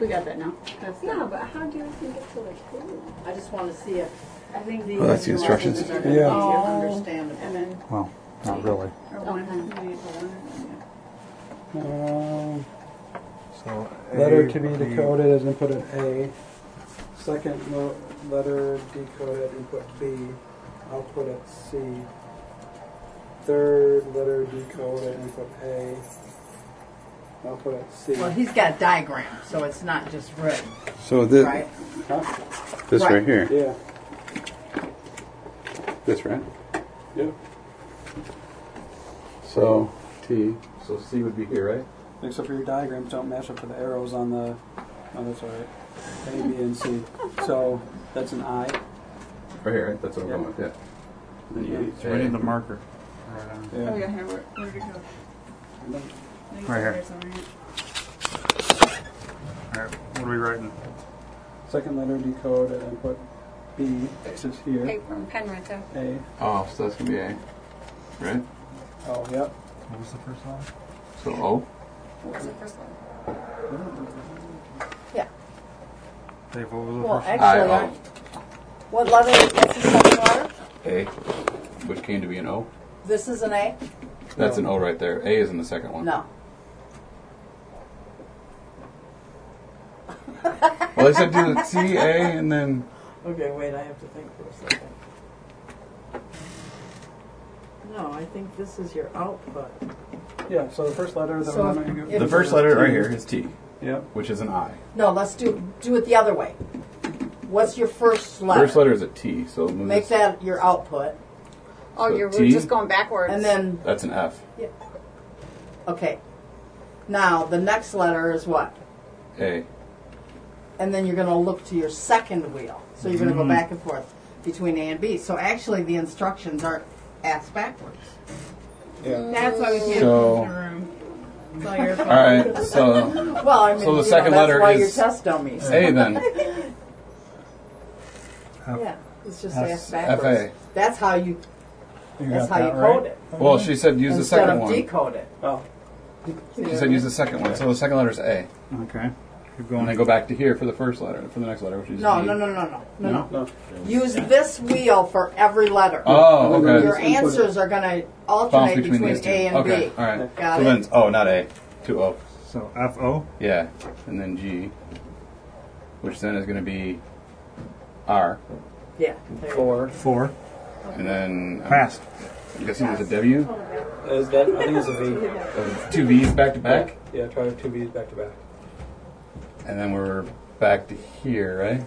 Speaker 8: We got that now. That's
Speaker 1: Yeah,
Speaker 8: but how do you think it's like?
Speaker 1: I just want to see if. I think
Speaker 8: Well,
Speaker 18: that's the instructions.
Speaker 1: Are
Speaker 18: Yeah.
Speaker 1: gonna be understandable.
Speaker 8: And then
Speaker 13: Well, not really.
Speaker 8: or Oh, one maybe one.
Speaker 5: Um,
Speaker 13: So
Speaker 5: letter
Speaker 13: A
Speaker 5: to be
Speaker 13: would be-
Speaker 5: decoded is input an A. Second mo- letter decoded input B. Output at C. Third letter decoded input A. Output at C.
Speaker 19: Well, he's got diagrams, so it's not just red.
Speaker 4: So the-
Speaker 19: Right?
Speaker 5: Huh?
Speaker 4: This right
Speaker 19: Right.
Speaker 4: here.
Speaker 5: Yeah.
Speaker 4: This, right?
Speaker 5: Yeah.
Speaker 4: So, T. So C would be here, right?
Speaker 5: Except for your diagrams don't match up to the arrows on the. Oh, that's all right. A, B, and C. So that's an I.
Speaker 4: Right here, right? That's what I'm going with, yeah. Then you
Speaker 13: Yeah,
Speaker 4: get
Speaker 13: so we
Speaker 4: A.
Speaker 13: need the marker.
Speaker 8: Oh yeah, here where, where did it go?
Speaker 13: Right here. Alright, what are we writing?
Speaker 5: Second letter decode and input B, which is here.
Speaker 10: pen right there.
Speaker 5: A.
Speaker 4: Oh, so that's gonna be A, right?
Speaker 5: Oh, yep.
Speaker 13: What was the first one?
Speaker 4: So O.
Speaker 10: What was the first one?
Speaker 13: Dave, what was the
Speaker 1: Well,
Speaker 13: first one?
Speaker 1: actually,
Speaker 4: I-
Speaker 1: I- what letter, what's the second letter?
Speaker 4: A, which came to be an O.
Speaker 1: This is an A?
Speaker 4: That's an O right there. A is in the second one.
Speaker 1: No.
Speaker 4: Well, they said do the T, A, and then
Speaker 19: Okay, wait, I have to think for a second. No, I think this is your output.
Speaker 5: Yeah, so the first letter that
Speaker 19: So
Speaker 5: we're going to go
Speaker 4: the first letter right here is T.
Speaker 5: Yep.
Speaker 4: Which is an I.
Speaker 1: No, let's do, do it the other way. What's your first letter?
Speaker 4: First letter is a T, so it moves.
Speaker 1: Make that your output.
Speaker 4: Oh, So you're- we're T? Uh, just
Speaker 1: going backwards. And then,
Speaker 4: That's an F.
Speaker 1: okay. Now, the next letter is what?
Speaker 4: A.
Speaker 1: And then you're going to look to your second wheel. So you're going to go
Speaker 4: Mhm.
Speaker 1: back and forth between A and B. So actually, the instructions aren't asked backwards.
Speaker 4: Yeah.
Speaker 8: That's why we can't
Speaker 4: So-
Speaker 8: leave the room. It's all your
Speaker 4: All
Speaker 8: fault.
Speaker 4: right, so
Speaker 1: Well, I mean,
Speaker 4: so
Speaker 1: you know,
Speaker 4: the second
Speaker 1: that's
Speaker 4: letter
Speaker 1: why
Speaker 4: is
Speaker 1: you're test dummies.
Speaker 4: A then.
Speaker 1: yeah, it's just
Speaker 4: That's
Speaker 1: asked backwards.
Speaker 4: FA.
Speaker 1: That's how you. that's how you code it.
Speaker 4: Well, she said use the
Speaker 1: Instead
Speaker 4: second
Speaker 1: of
Speaker 4: one.
Speaker 1: decode it.
Speaker 5: Oh.
Speaker 4: She said use the second one. So the second letter is A.
Speaker 13: Okay.
Speaker 4: And then go back to here for the first letter, for the next letter, which is E.
Speaker 1: No,
Speaker 4: B.
Speaker 1: no, no, no, no, no,
Speaker 4: No?
Speaker 1: no. Use this wheel for every letter.
Speaker 4: Oh, okay.
Speaker 1: Your answers are going to alternate
Speaker 4: Bounce
Speaker 1: between,
Speaker 4: between these two.
Speaker 1: A and
Speaker 4: okay,
Speaker 1: B.
Speaker 4: all right.
Speaker 1: Got
Speaker 4: so
Speaker 1: it.
Speaker 4: then oh, it's O, not A. Two O.
Speaker 13: So F O?
Speaker 4: Yeah, and then G, which then is going to be R,
Speaker 1: yeah. there you go.
Speaker 5: Four.
Speaker 13: Four.
Speaker 4: and then um,
Speaker 13: Fast.
Speaker 4: I'm guessing there's a W.
Speaker 5: Is that, I think it's a V.
Speaker 4: Uh, Two V's back to back,
Speaker 5: Yeah, try to two V's back to back.
Speaker 4: and then we're back to here, right?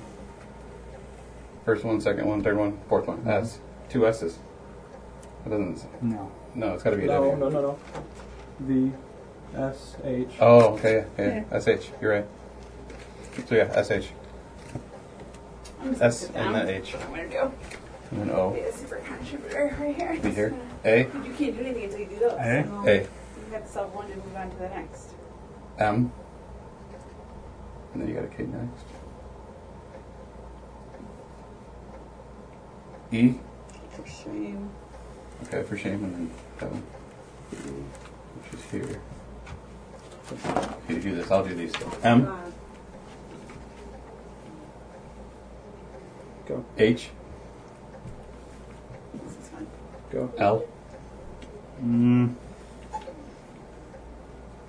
Speaker 4: First one, second one, third one, fourth
Speaker 2: Mm-hmm.
Speaker 4: one. S. Two S's. That doesn't.
Speaker 13: No.
Speaker 4: No, it's got to be a
Speaker 5: No,
Speaker 4: W.
Speaker 5: no, no, no. V, S, H.
Speaker 4: Oh, okay, yeah, yeah. SH. You're right. So yeah, SH. S and then H.
Speaker 8: What I'm gonna do?
Speaker 4: And then O.
Speaker 8: Be a super contributor right here.
Speaker 4: Be here. A.
Speaker 8: You can't do anything until you do those.
Speaker 4: A?
Speaker 8: So
Speaker 4: A.
Speaker 8: You have to solve one to move on to the next.
Speaker 4: M. And then you got a K next. E.
Speaker 8: For shame.
Speaker 4: Okay, for shame. And then that one. Which is here. Okay, you do this. I'll do these. Two. M.
Speaker 5: Go.
Speaker 4: H.
Speaker 5: Go.
Speaker 4: L.
Speaker 13: Mm.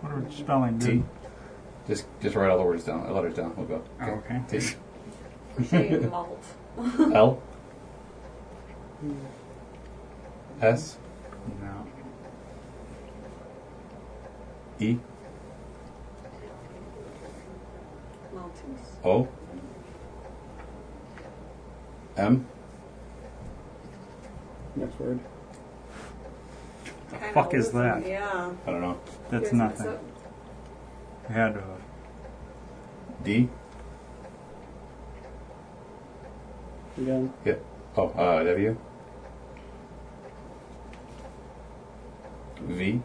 Speaker 13: What are we spelling,
Speaker 4: T.
Speaker 13: dude?
Speaker 4: Just just write all the words down, letters down. We'll go.
Speaker 13: Oh, okay.
Speaker 4: T. L. S.
Speaker 13: No.
Speaker 4: E. O. M.
Speaker 5: Next word.
Speaker 13: The fuck is that?
Speaker 10: Yeah.
Speaker 4: I don't know.
Speaker 13: That's
Speaker 10: Here's
Speaker 13: nothing.
Speaker 10: what's
Speaker 13: I had to have.
Speaker 4: D.
Speaker 5: Again.
Speaker 4: Yeah. Oh, uh, W.
Speaker 13: V.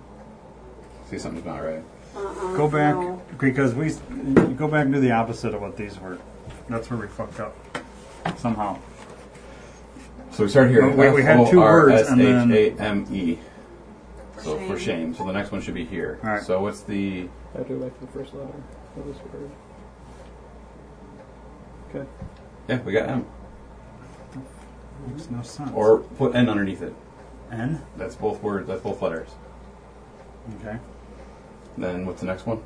Speaker 13: See, something's not right.
Speaker 10: Uh-uh,
Speaker 2: Go back
Speaker 10: no.
Speaker 2: because we s- you go back and do the opposite of what these were. That's where we fucked up somehow.
Speaker 13: So we start here.
Speaker 2: We, we had two words and then
Speaker 13: F-O-R-S-H-A-M-E. E. So for shame. So the next one should be here.
Speaker 2: All right.
Speaker 13: So what's the
Speaker 5: I do back to the first letter of this word. Okay.
Speaker 13: yeah? We got M.
Speaker 2: makes no sense.
Speaker 13: Or put N underneath it.
Speaker 2: N?
Speaker 13: That's both words. That's both letters.
Speaker 2: okay.
Speaker 13: Then what's the next one?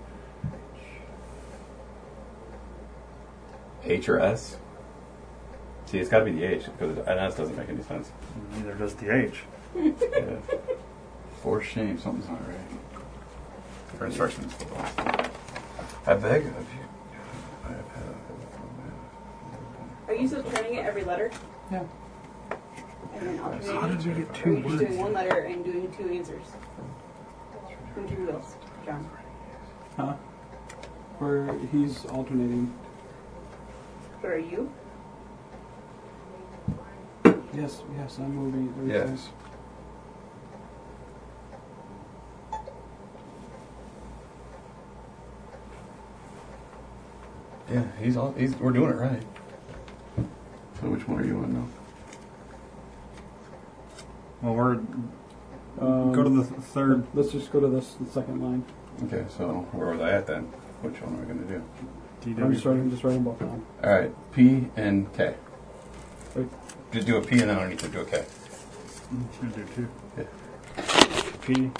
Speaker 13: H or S? See, it's got to be the H because an S doesn't make any sense.
Speaker 2: Neither does the H.
Speaker 13: Yeah. For shame, something's not right. For instructions. I beg of you.
Speaker 8: Are you still turning it every letter?
Speaker 13: Yeah.
Speaker 8: And then alternating?
Speaker 2: So how did we get
Speaker 8: Or
Speaker 2: two
Speaker 8: Are you just
Speaker 2: words?
Speaker 8: doing one letter and doing two answers? From two wheels, John.
Speaker 5: Huh? Where he's alternating.
Speaker 8: But are you?
Speaker 5: Yes, yes, I'm moving. it every
Speaker 13: Yes.
Speaker 5: time.
Speaker 13: Yeah, he's all. He's, we're doing it right. So which one are you on now?
Speaker 2: Well, we're
Speaker 5: Um,
Speaker 2: go to the th- third.
Speaker 5: Let's just go to this the second line.
Speaker 13: Okay, so where was I at then? Which one are we gonna do?
Speaker 5: I'm just writing, just writing both down.
Speaker 13: All right, P and K.
Speaker 5: Wait.
Speaker 13: Just do a P and then underneath it, do a K.
Speaker 2: Should do two.
Speaker 13: Yeah.
Speaker 2: P.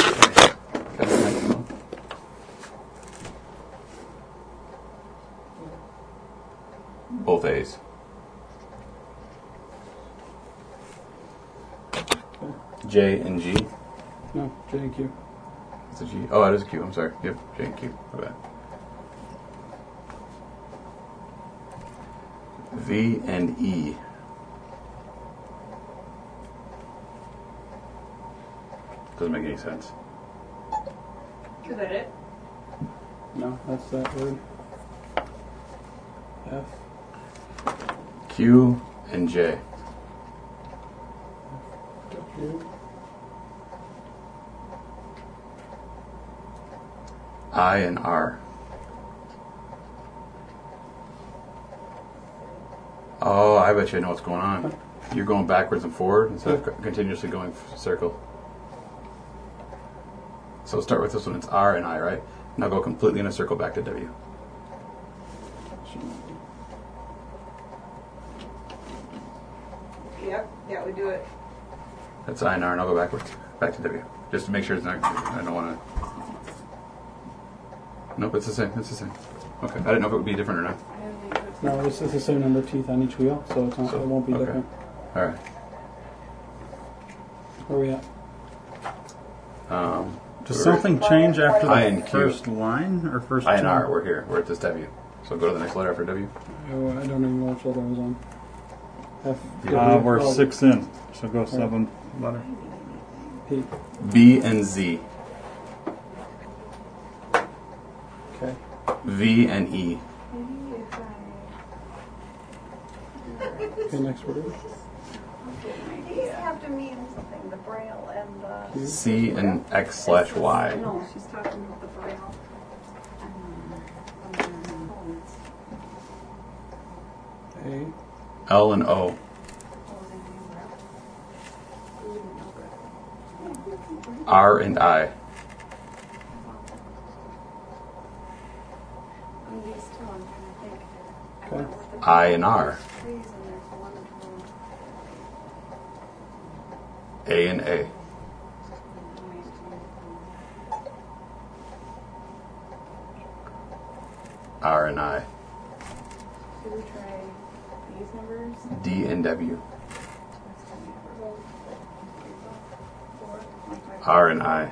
Speaker 13: Both A's. J and G.
Speaker 5: No, J and Q.
Speaker 13: It's a G. Oh, it is a Q. I'm sorry. Yep, J and Q. My bad. V and E. Doesn't make any sense.
Speaker 8: Is that it?
Speaker 5: No, that's that word. F.
Speaker 13: Q and J.
Speaker 5: Q.
Speaker 13: I and R. Oh, I bet you I know what's going on. You're going backwards and forward instead of co- continuously going f- circle. So start with this one. It's R and I, right? Now go completely in a circle back to W.
Speaker 8: Yep, that would do it.
Speaker 13: That's I and R. Now go backwards, back to W, just to make sure it's not. I don't want to. Nope, it's the same. It's the same. Okay, I didn't know if it would be different or not.
Speaker 5: No, this is the same number of teeth on each wheel, so it's not, it won't be
Speaker 13: okay.
Speaker 5: different.
Speaker 13: All right.
Speaker 5: Where we at?
Speaker 13: Um,
Speaker 2: Does
Speaker 13: we're-
Speaker 2: something change after
Speaker 13: I
Speaker 2: the
Speaker 13: and Q.
Speaker 2: first line or first?
Speaker 13: I and
Speaker 2: two?
Speaker 13: R, we're here. We're at this W. So go to the next letter after W.
Speaker 5: Oh, I don't even know which letter I was on. F.
Speaker 2: Uh,
Speaker 5: W,
Speaker 2: we're
Speaker 5: oh,
Speaker 2: six in, so go
Speaker 5: Alright.
Speaker 2: seven letter.
Speaker 5: P.
Speaker 13: B and Z.
Speaker 5: Okay.
Speaker 13: V and E.
Speaker 12: Maybe if I.
Speaker 5: Okay, next word.
Speaker 12: These have to mean something, the braille and the.
Speaker 13: C and X slash Y.
Speaker 12: No, she's talking about the braille.
Speaker 8: Mm-hmm.
Speaker 5: A.
Speaker 13: L and O. R and I.
Speaker 12: And these two, I'm trying to think.
Speaker 5: Okay.
Speaker 13: I and R.
Speaker 12: Trees and there's one of
Speaker 13: A and A. R and I.
Speaker 8: Should we try these numbers?
Speaker 13: D and W. R and I.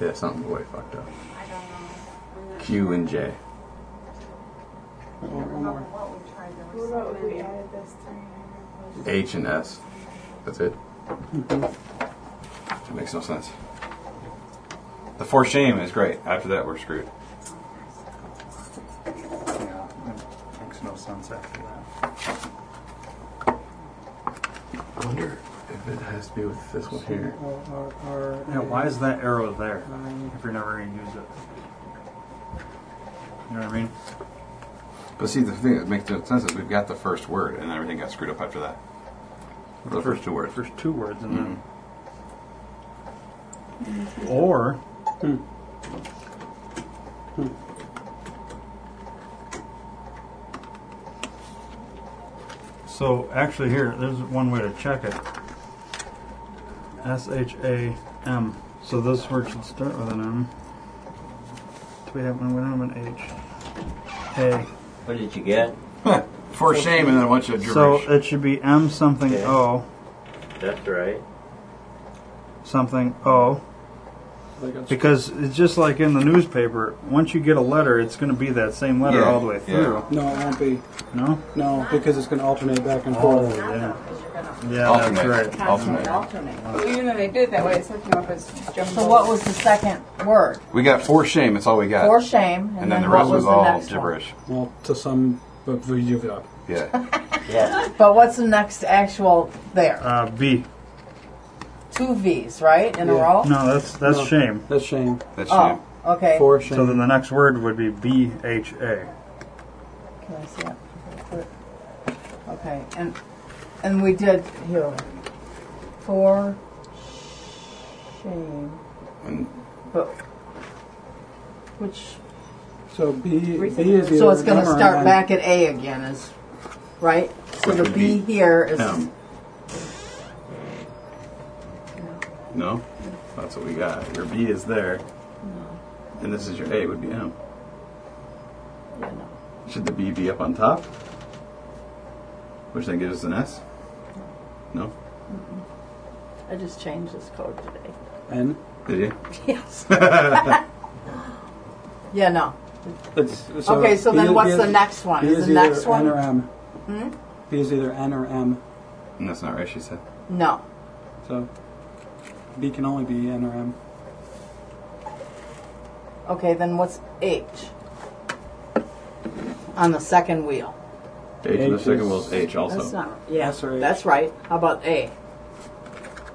Speaker 13: Yeah, something's way fucked up. Q and J.
Speaker 5: One one more.
Speaker 8: What about if we added this
Speaker 13: H and S. That's it. It makes no sense. The for shame is great. After that, we're screwed.
Speaker 2: Yeah, it makes no sense after that.
Speaker 13: I wonder if
Speaker 20: It has to be with this one here.
Speaker 5: Or, or,
Speaker 2: Yeah, why is that arrow there if you're never going to use it? You know what I mean?
Speaker 4: But see, the thing that makes no sense is we've got the first word, and everything got screwed up after that. For the first two words. Mm-hmm.
Speaker 2: First two words, and then. Or.
Speaker 5: Hmm.
Speaker 2: So actually, here there's one way to check it. S H A M. So this word should start with an M. Do we have one? We don't have an H. A.
Speaker 16: What did you get?
Speaker 4: For shame, and then a bunch of
Speaker 2: So
Speaker 4: gibberish.
Speaker 2: it should be M something
Speaker 16: Okay.
Speaker 2: O
Speaker 16: That's right.
Speaker 2: something O. Because it's just like in the newspaper. Once you get a letter, it's going to be that same letter all the way through.
Speaker 5: No, it won't be.
Speaker 2: No?
Speaker 5: No, because it's going to alternate back and
Speaker 2: Oh,
Speaker 5: forth.
Speaker 2: yeah.
Speaker 5: Yeah, that's Alternate. right.
Speaker 4: Alternate.
Speaker 8: But even though they did it that way, it still came up as jumbled.
Speaker 1: So what was the second word?
Speaker 4: We got for shame. That's all we got.
Speaker 1: For shame, and
Speaker 4: And,
Speaker 1: then
Speaker 4: then, the rest
Speaker 1: what was
Speaker 4: was,
Speaker 1: the
Speaker 4: all
Speaker 1: next one?
Speaker 4: gibberish.
Speaker 5: Well, to some, but we do that.
Speaker 4: Yeah.
Speaker 1: But what's the next actual there?
Speaker 2: Uh, B.
Speaker 1: Two V's, right, in a row?
Speaker 2: No, that's that's
Speaker 5: No,
Speaker 2: shame.
Speaker 5: Oh. That's shame.
Speaker 4: That's
Speaker 1: Oh, okay.
Speaker 5: For shame.
Speaker 2: So then the next word would be B H A.
Speaker 1: Can I see it? Okay, and and we did here for shame, but which
Speaker 5: So B, B is either
Speaker 1: so it's going to
Speaker 5: M or
Speaker 1: start
Speaker 5: N.
Speaker 1: back at A again, is right? So
Speaker 4: Which
Speaker 1: the
Speaker 4: would
Speaker 1: B
Speaker 4: be
Speaker 1: here is
Speaker 4: M. No? That's what we got. Your B is there. And this is your A, would be M. Should the B be up on top? Which then gives us an S? No?
Speaker 1: I just changed this code today.
Speaker 5: N?
Speaker 4: Did you?
Speaker 1: Yes. yeah. No.
Speaker 5: It's-
Speaker 1: Okay, so then
Speaker 5: B-
Speaker 1: what's
Speaker 5: B is-
Speaker 1: the next one?
Speaker 5: B
Speaker 1: Is
Speaker 5: is
Speaker 1: the
Speaker 5: either
Speaker 1: next one-
Speaker 5: N or M.
Speaker 1: Hmm?
Speaker 5: B is either N or M.
Speaker 4: And that's not right, she said.
Speaker 1: No.
Speaker 5: So B can only be N or M.
Speaker 1: Okay, then what's H? On the second wheel.
Speaker 4: H in the
Speaker 5: H
Speaker 4: second
Speaker 5: is-
Speaker 4: wheel is H also.
Speaker 1: That's not. Yeah, that's right. How about A?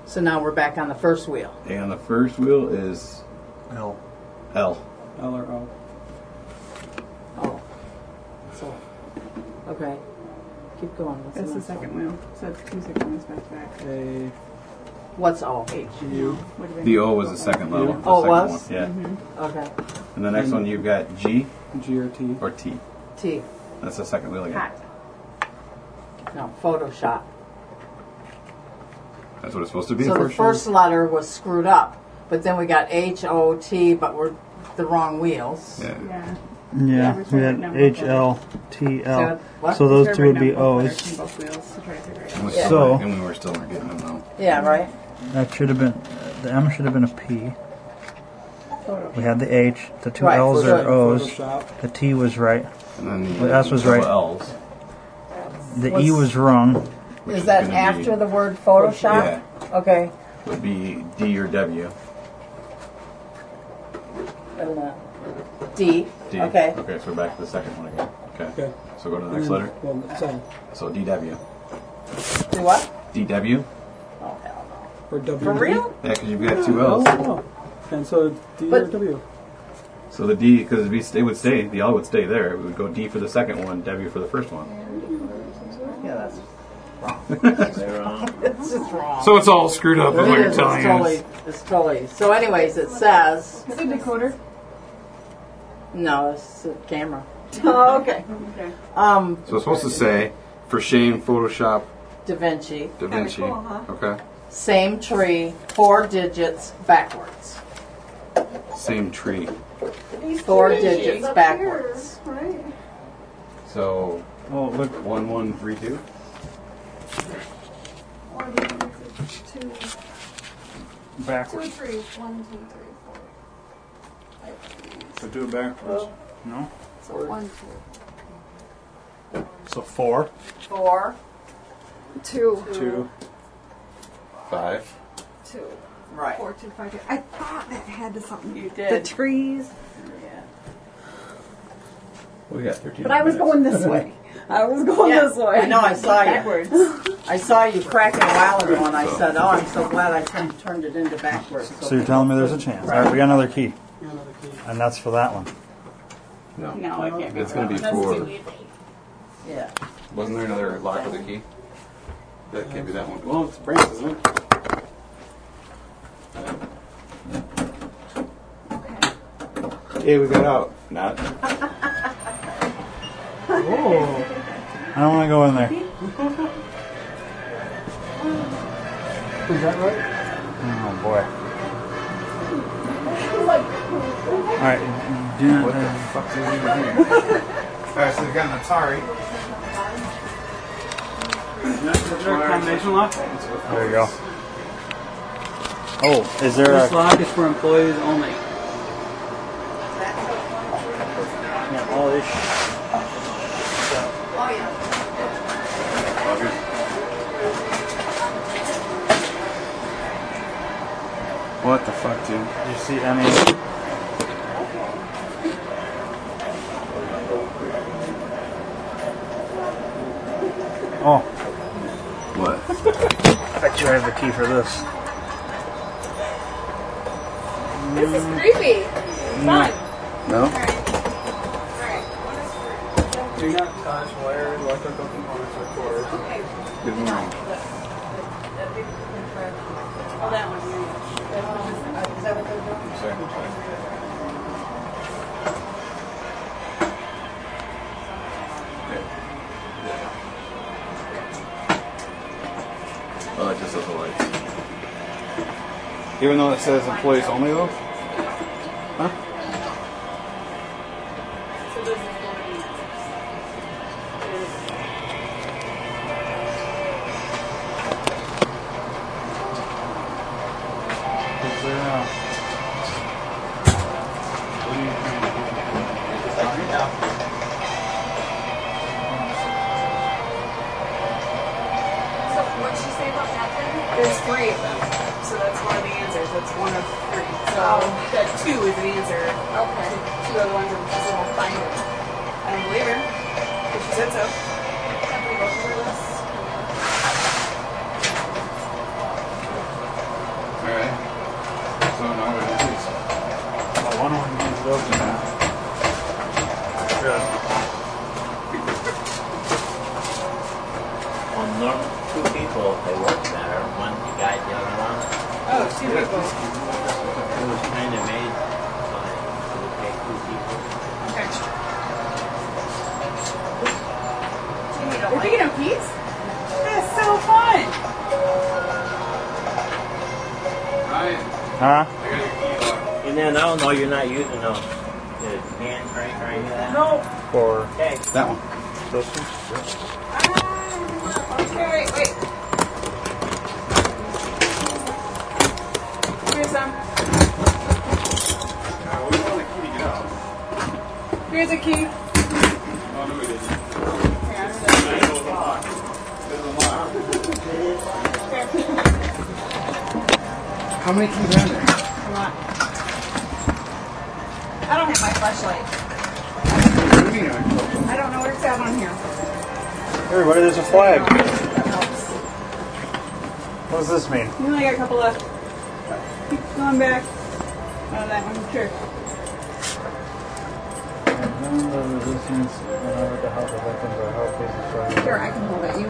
Speaker 1: So now we're back on the first wheel.
Speaker 4: A on the first wheel is
Speaker 2: L.
Speaker 4: L.
Speaker 5: L or O.
Speaker 1: Oh. So, okay, keep going. What's
Speaker 8: That's the
Speaker 1: next
Speaker 8: second
Speaker 1: one?
Speaker 8: wheel. So it's two second wheels back to back.
Speaker 5: A.
Speaker 1: What's O? H.
Speaker 5: U.
Speaker 8: Would've been-
Speaker 4: The O was the second level. the
Speaker 1: Oh, it was.
Speaker 4: second One. Yeah.
Speaker 1: Mhm. Okay.
Speaker 4: And the next one you've got G.
Speaker 5: G or T.
Speaker 4: Or T.
Speaker 1: T.
Speaker 4: That's the second wheel again.
Speaker 1: Hot. No, Photoshop.
Speaker 4: That's what it's supposed to be.
Speaker 1: So the
Speaker 4: unfortunately.
Speaker 1: first letter was screwed up, but then we got H O T, but we're the wrong wheels.
Speaker 8: Yeah.
Speaker 2: Yeah,
Speaker 8: Average
Speaker 2: we
Speaker 8: right
Speaker 2: had
Speaker 8: number
Speaker 2: H
Speaker 8: of
Speaker 2: L T
Speaker 1: So
Speaker 2: L.
Speaker 1: what?
Speaker 2: So those two would be
Speaker 8: Determine number of
Speaker 2: O's.
Speaker 8: letters from both wheels to try to figure it
Speaker 4: And
Speaker 8: out.
Speaker 4: we still
Speaker 2: So-
Speaker 4: weren't- and we were still not getting them though.
Speaker 1: Yeah, right?
Speaker 2: That should have been the M should have been a P. We had the H. The two
Speaker 1: Right,
Speaker 2: L's are
Speaker 1: Photoshop.
Speaker 2: O's.
Speaker 5: Photoshop.
Speaker 2: The T was right.
Speaker 4: And then
Speaker 2: The S was
Speaker 4: double
Speaker 2: right.
Speaker 4: L's.
Speaker 2: The
Speaker 1: What's-
Speaker 2: E was wrong.
Speaker 4: Which
Speaker 1: is
Speaker 4: is
Speaker 1: that
Speaker 4: gonna be-
Speaker 1: after the word Photoshop? Okay.
Speaker 4: Would be D or W.
Speaker 1: D.
Speaker 4: D.
Speaker 1: Okay.
Speaker 4: Okay, so we're back to the second one again. Okay. Mm-hmm.
Speaker 5: Okay.
Speaker 4: So go to the
Speaker 5: And
Speaker 4: next
Speaker 5: then-
Speaker 4: letter.
Speaker 5: Well, it's L.
Speaker 4: So DW.
Speaker 1: Do what?
Speaker 4: DW?
Speaker 5: Or W.
Speaker 1: For real?
Speaker 4: Yeah, because you've got two L's.
Speaker 5: Oh, And so D or
Speaker 1: But-
Speaker 5: W.
Speaker 4: So the D, because it would stay, the L would stay there. It would go D for the second one, W for the first one.
Speaker 1: Yeah, that's
Speaker 16: They're wrong.
Speaker 1: it's just wrong.
Speaker 4: So it's all screwed up, is what
Speaker 1: It
Speaker 4: you're
Speaker 1: is,
Speaker 4: telling
Speaker 1: it's totally,
Speaker 4: us.
Speaker 1: It's totally. So, anyways, it says
Speaker 8: Is it decoder?
Speaker 1: no. It's a camera. okay.
Speaker 8: Okay.
Speaker 1: Um,
Speaker 4: So it's supposed to say, for shame, Photoshop,
Speaker 1: Da Vinci.
Speaker 4: Da Vinci. Oh. Okay.
Speaker 1: Same tree, four digits backwards.
Speaker 4: Same tree.
Speaker 1: Four digits backwards.
Speaker 10: Right.
Speaker 4: So. Oh, look. 1132.
Speaker 10: One, two, three, two, two,
Speaker 2: Backwards.
Speaker 10: three, one, two, three, four.
Speaker 2: So do it backwards. No.
Speaker 10: So one,
Speaker 2: So four.
Speaker 1: Four,
Speaker 10: two, two,
Speaker 5: Two.
Speaker 4: Five.
Speaker 10: two,
Speaker 1: right?
Speaker 10: four, two, five, two. I thought that had to something.
Speaker 1: You did.
Speaker 10: The trees.
Speaker 4: We got 13.
Speaker 10: But I was
Speaker 4: minutes.
Speaker 10: going this way. I was going
Speaker 1: Yeah,
Speaker 10: this way.
Speaker 1: I know. I saw you.
Speaker 8: Backwards.
Speaker 1: I saw you crack it a while ago, and I said, "Oh, I'm so glad I turned, turned it into backwards."
Speaker 2: So you're telling me there's a chance. All right, we got another key. And that's for that one.
Speaker 8: No, I can't.
Speaker 4: It's gonna be
Speaker 8: That's
Speaker 4: four.
Speaker 8: too easy.
Speaker 21: Yeah.
Speaker 4: Wasn't there another lock with a key? That can't be that one.
Speaker 5: Well, it's Brand's, isn't it?
Speaker 22: Hey, we got out. Not.
Speaker 2: I don't want to go in there.
Speaker 5: Is that right?
Speaker 2: Oh boy. All right. Do not.
Speaker 22: What the fuck is even here? Alright, so we got an Atari.
Speaker 5: Is there a combination lock?
Speaker 2: There you go. Oh, is there
Speaker 5: This
Speaker 2: a?
Speaker 5: lock is for employees only.
Speaker 2: Yeah, all this. sh-
Speaker 22: What the fuck, dude?
Speaker 2: Did you see? I mean, oh,
Speaker 22: What?
Speaker 2: actually, I have the key for this.
Speaker 23: This is creepy. Fun.
Speaker 22: No?
Speaker 5: Do not touch wired electrical components or cords.
Speaker 22: Good morning.
Speaker 8: Oh, that one.
Speaker 4: Oh, it just doesn't light.
Speaker 22: Even though it says employees only, though?
Speaker 8: So this is four.
Speaker 2: Is there a? What do you think?
Speaker 8: So what'd she say about that then? There's three of them. So that's one of the answers. That's one of three. So that two is an answer. Oh, Okay. Two other ones are just all finder. I don't believe her. But she said so. Somebody go over this.
Speaker 4: Alright. So now we're gonna do this.
Speaker 2: Well, one of them needs those now.
Speaker 16: Well, norm, two people, if they work better, one guy, the other one.
Speaker 8: Oh, two people.
Speaker 16: It was kind of made, so it would take two people.
Speaker 8: Okay. We're picking up peas? That's so fun.
Speaker 4: Alright.
Speaker 2: Huh?
Speaker 4: I got a key lock.
Speaker 16: And then, oh, no, you're not using those, the hand crank right here.
Speaker 8: No.
Speaker 2: For
Speaker 16: Okay.
Speaker 22: That one.
Speaker 2: this one?
Speaker 8: Okay, wait, wait. Here's um, some.
Speaker 4: Now, we want a key to get out.
Speaker 8: Here's a key.
Speaker 4: Oh, no, we didn't.
Speaker 22: How many keys are there?
Speaker 8: I don't have my flashlight.
Speaker 22: What do you mean, like,
Speaker 8: I don't know where it's at on here.
Speaker 2: Everybody, there's a flag. What does this mean?
Speaker 8: You only got a couple left. Keep going back. Oh, that one, sure. Here, I can hold it. You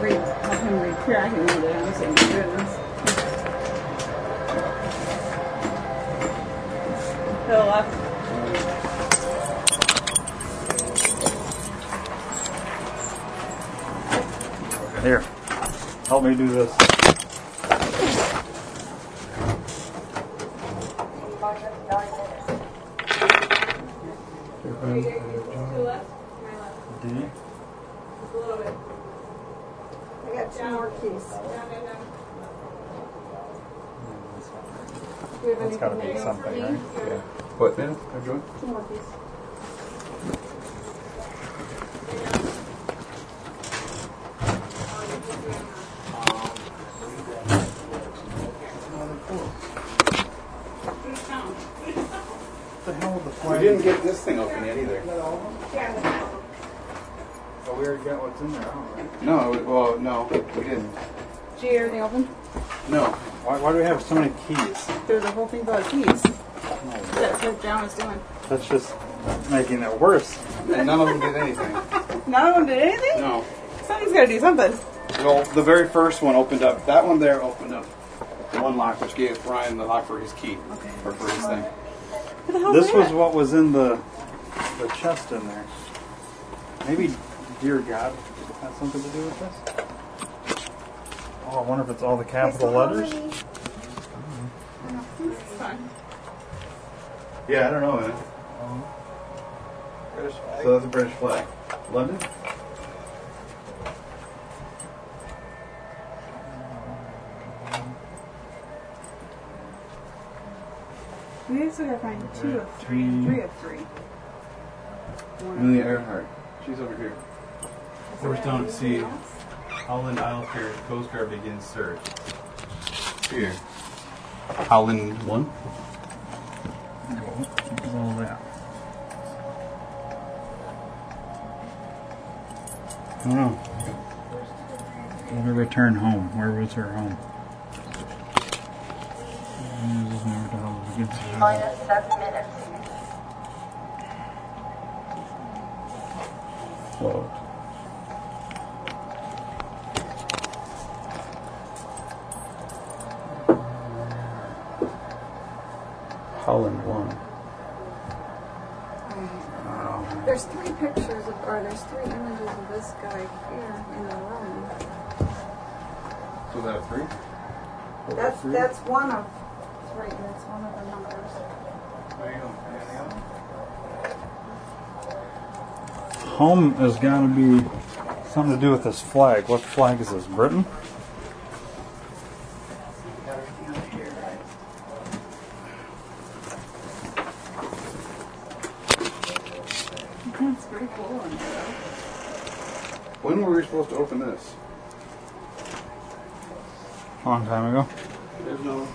Speaker 8: read. Help him read. Here, I can hold it. I'm saying, goodness. To the left.
Speaker 2: Here, help me do this.
Speaker 8: To the left. My left.
Speaker 2: Do you?
Speaker 8: Just a little bit.
Speaker 10: I got two more keys.
Speaker 8: Down, down, down.
Speaker 10: Do we
Speaker 2: It's
Speaker 10: have anything
Speaker 2: got to be
Speaker 10: else?
Speaker 2: something, right?
Speaker 4: Yeah. What, man? How'd you want?
Speaker 10: Two more keys.
Speaker 22: We didn't get this thing open yet either.
Speaker 10: Yeah.
Speaker 22: Oh,
Speaker 2: we already got what's in there. I don't know.
Speaker 4: No, well, no, we didn't.
Speaker 8: Did you get everything open?
Speaker 4: No.
Speaker 2: Why, why do we have so many keys?
Speaker 8: There's a whole thing about keys. That's what John was doing.
Speaker 2: That's just making it worse.
Speaker 4: And none of them did anything.
Speaker 8: None of them did anything?
Speaker 4: No.
Speaker 8: Somebody's got to do something.
Speaker 4: Well, the very first one opened up. That one there opened up the one lock, which gave Brian the lock for his key or for his thing.
Speaker 2: This was what was in the the chest in there. Maybe, dear God, has something to do with this. Oh, I wonder if it's all the capital letters.
Speaker 13: Yeah, I don't know, man.
Speaker 2: Um,
Speaker 13: So that's a British flag. London?
Speaker 8: We also got to find two of three and three of three.
Speaker 4: Amelia Earhart. She's over here.
Speaker 13: Forced down at sea, Howland Isle Pier, Coast Guard begins search. Here. Howland 1?
Speaker 2: All that. I don't know. Oh. Let her return home. Where was her home? Mm, this is where the hell it gets to.
Speaker 9: Minus seven minutes.
Speaker 13: Whoa. Holland 1.
Speaker 3: There's three pictures of, or there's three images of this guy here in the room.
Speaker 4: Was that a three?
Speaker 24: That's that's one of
Speaker 8: Right, that's one of the numbers.
Speaker 4: There you go. Anything else?
Speaker 2: Home has got to be something to do with this flag. What flag is this? Britain?
Speaker 8: That's pretty cool. in there.
Speaker 4: When were we supposed to open this?
Speaker 2: Long time ago.
Speaker 4: There's no.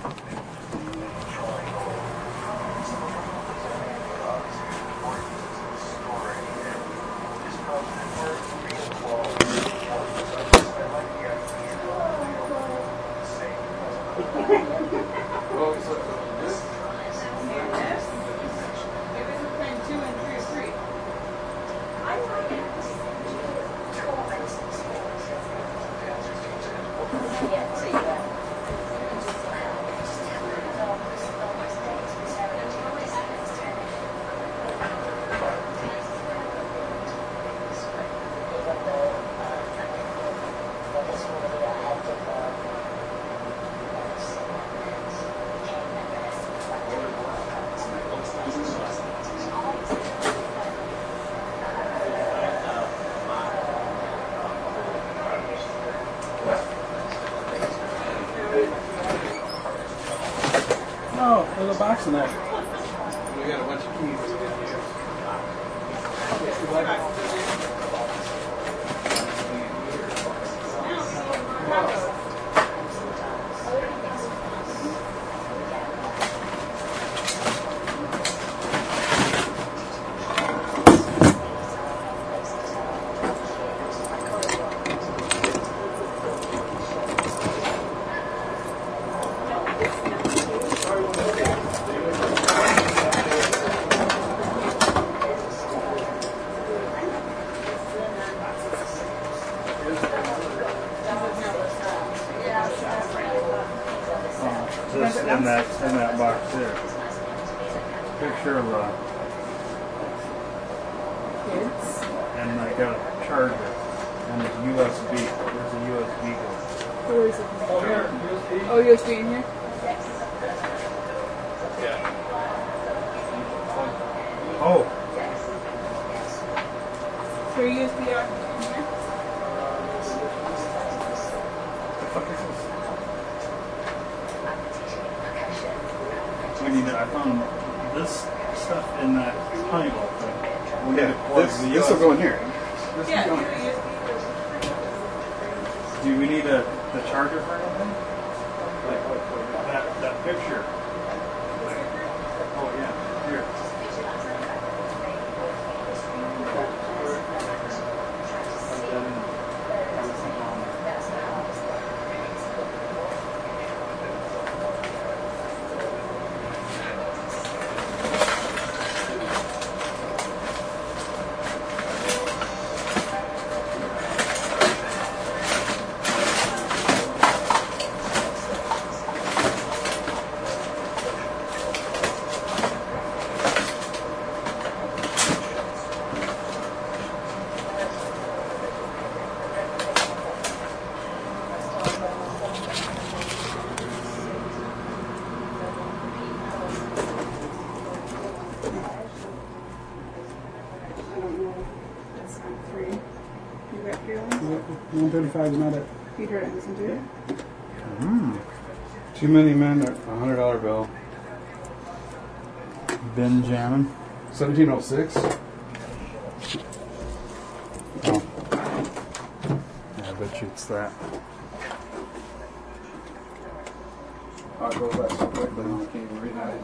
Speaker 5: No, there's a box in there.
Speaker 4: We got a bunch of keys. we didn't use.
Speaker 2: This Oh, in that in that box there. Picture of a
Speaker 8: Kids.
Speaker 2: and I got a charger and a USB. There's a USB cord.
Speaker 8: Where is it? Oh, USB in here?
Speaker 2: Oh,
Speaker 8: So USB out in here?
Speaker 2: we need to. I found this stuff in that Honeywell thing. We need to
Speaker 4: Yeah,
Speaker 2: plug
Speaker 4: this,
Speaker 2: the
Speaker 4: this will go in
Speaker 2: USB.
Speaker 4: here. This is going.
Speaker 2: Do we need a the charger for anything? Like what, that that picture? Oh yeah, here.
Speaker 4: I
Speaker 5: 75 is not it.
Speaker 8: You heard it, listen to it.
Speaker 4: Mm.
Speaker 13: Too many men, a hundred dollar bill.
Speaker 2: Benjamin.
Speaker 13: 1706?
Speaker 2: Oh. Yeah, I bet you it's that.
Speaker 4: Oh, it goes by so quickly, I can't even read that.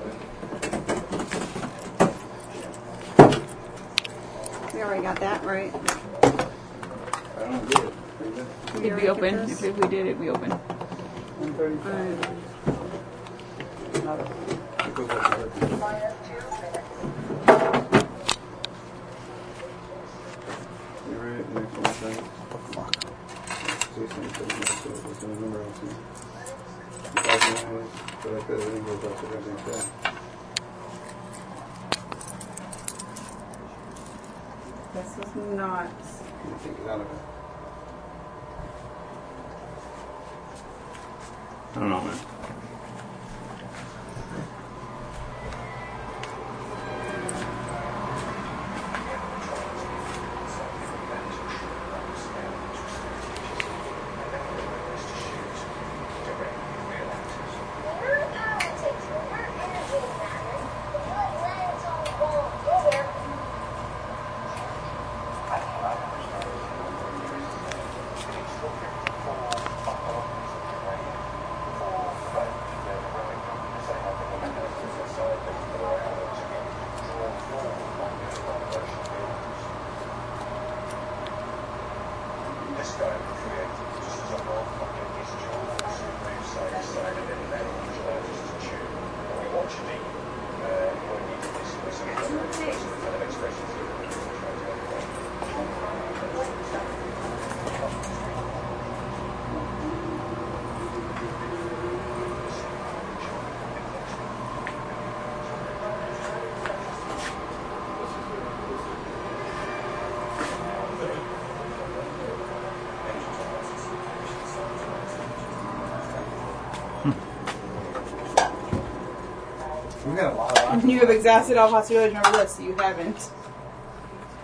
Speaker 10: We already got that right.
Speaker 4: I don't get it.
Speaker 10: Did we open? If
Speaker 25: we did it, we open.
Speaker 1: One thirty-five.
Speaker 4: It goes by so quickly. You're right, next one, second. Jason, it doesn't have to, it's in the number I've seen. 2009, but I could, I think it goes up to everything, yeah.
Speaker 8: This is not.
Speaker 4: You take it out of it.
Speaker 13: I don't know, man.
Speaker 4: We've got a lot of
Speaker 8: You have exhausted all possibilities. Remember this, you haven't.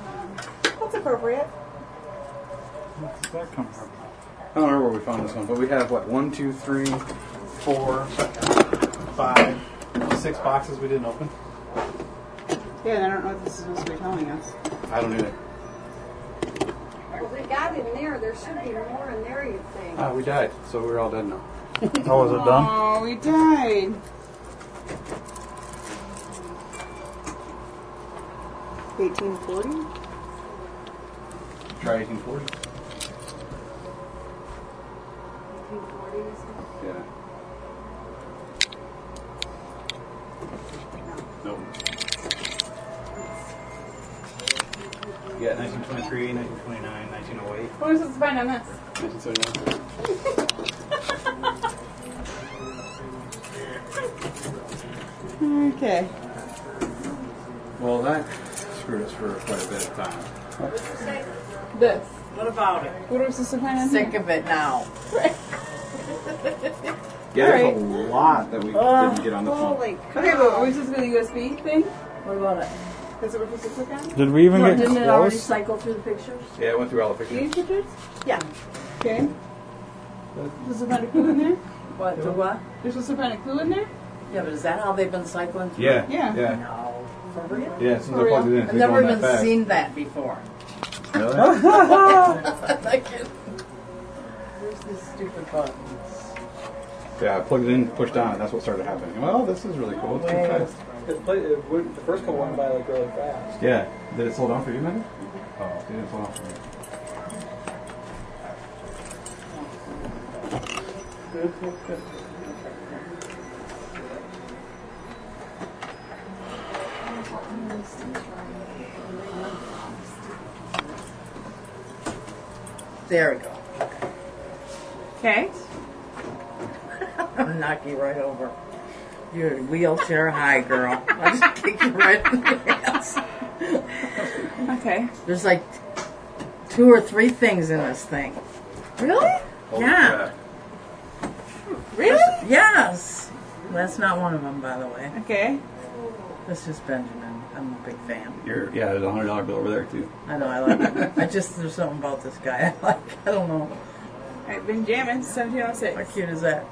Speaker 8: Um, That's appropriate.
Speaker 2: Where did that come from?
Speaker 4: I don't remember where we found this one, but we have what one, two, three, four, five, six boxes we didn't open.
Speaker 8: Yeah, and I don't know what this is supposed to be telling us.
Speaker 4: I don't either.
Speaker 10: Well, we got in there. There should be more in there, you'd think.
Speaker 4: Ah, we died, so we're all dead now.
Speaker 2: Oh, is it done?
Speaker 8: Oh, we died. Eighteen forty.
Speaker 4: Try 1840.
Speaker 10: Eighteen forty or something.
Speaker 4: Yeah. Nope. Yeah, 1923, 1929, 1908,
Speaker 3: What was supposed to find on this?
Speaker 4: 1979.
Speaker 24: Okay.
Speaker 4: Well, that screwed us for quite a bit of time.
Speaker 3: This.
Speaker 1: What about it?
Speaker 3: What are we supposed to find on here?
Speaker 1: Sick of it now.
Speaker 4: Yeah,
Speaker 3: Alright.
Speaker 4: there's a lot that we didn't get on the phone.
Speaker 8: Uh, Holy
Speaker 3: Okay, but are we supposed to go to the USB thing?
Speaker 1: What about it?
Speaker 8: That's what we're supposed to click on?
Speaker 2: Did we even
Speaker 1: No,
Speaker 2: get
Speaker 1: didn't it already
Speaker 2: close?
Speaker 1: cycle through the pictures?
Speaker 4: Yeah, I went through all the pictures.
Speaker 8: These pictures?
Speaker 1: Yeah.
Speaker 8: Okay. You're supposed to find a clue in there?
Speaker 1: What, the what?
Speaker 8: You're supposed to find a clue in there?
Speaker 1: Yeah, but is that how they've been cycling through?
Speaker 4: Yeah,
Speaker 8: Yeah.
Speaker 4: yeah,
Speaker 1: No, for real?
Speaker 4: yeah. Since I
Speaker 8: For
Speaker 4: plugged it
Speaker 8: real?
Speaker 4: in,
Speaker 1: I've
Speaker 4: it's going
Speaker 1: never
Speaker 4: that
Speaker 1: even
Speaker 4: fast.
Speaker 1: seen that before.
Speaker 4: Really?
Speaker 1: Like it- Where's this stupid button?
Speaker 4: yeah, I plugged it in, pushed on, and that's what started happening. Well, this is really cool. It's too fast.
Speaker 5: It played, it went, the first couple went by like really fast.
Speaker 4: Yeah. Did it slow down for you, man? Oh, it didn't slow down for me.
Speaker 1: There we go.
Speaker 8: Okay.
Speaker 1: Knock you right over. You're wheelchair high, girl. I just kick you right in the ass.
Speaker 8: Okay.
Speaker 1: There's like two or three things in this thing. Really?
Speaker 4: Holy
Speaker 1: yeah.
Speaker 4: crap.
Speaker 1: Really? Yes. That's not one of them, by the way.
Speaker 8: Okay.
Speaker 1: That's just Benjamin. I'm a big fan.
Speaker 13: You're, yeah, there's a hundred dollar bill over there too.
Speaker 1: I know I like him. I just there's something about this guy I like. I don't know.
Speaker 3: Alright, Benjamin, 1706. How
Speaker 1: cute is that?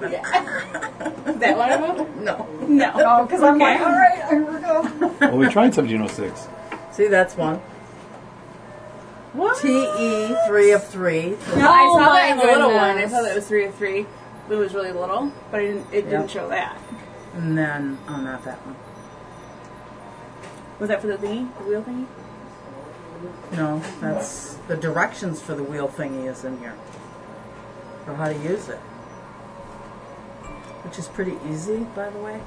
Speaker 3: that one of them?
Speaker 1: No.
Speaker 3: No.
Speaker 1: Oh,
Speaker 3: 'cause I'm like, all right,
Speaker 1: here we go.
Speaker 25: Well, we tried 1706.
Speaker 1: See, that's one. TE three of three.
Speaker 3: No, I saw that in
Speaker 1: my
Speaker 3: the little one. I
Speaker 1: goodness.
Speaker 3: saw that it was three of three. It was really little, but I didn't, it
Speaker 1: Yep.
Speaker 3: didn't show that.
Speaker 1: And then, oh, not that one.
Speaker 3: Was that for the thingy? The wheel thingy?
Speaker 1: No, that's the directions for the wheel thingy is in here for how to use it, which is pretty easy, by the way.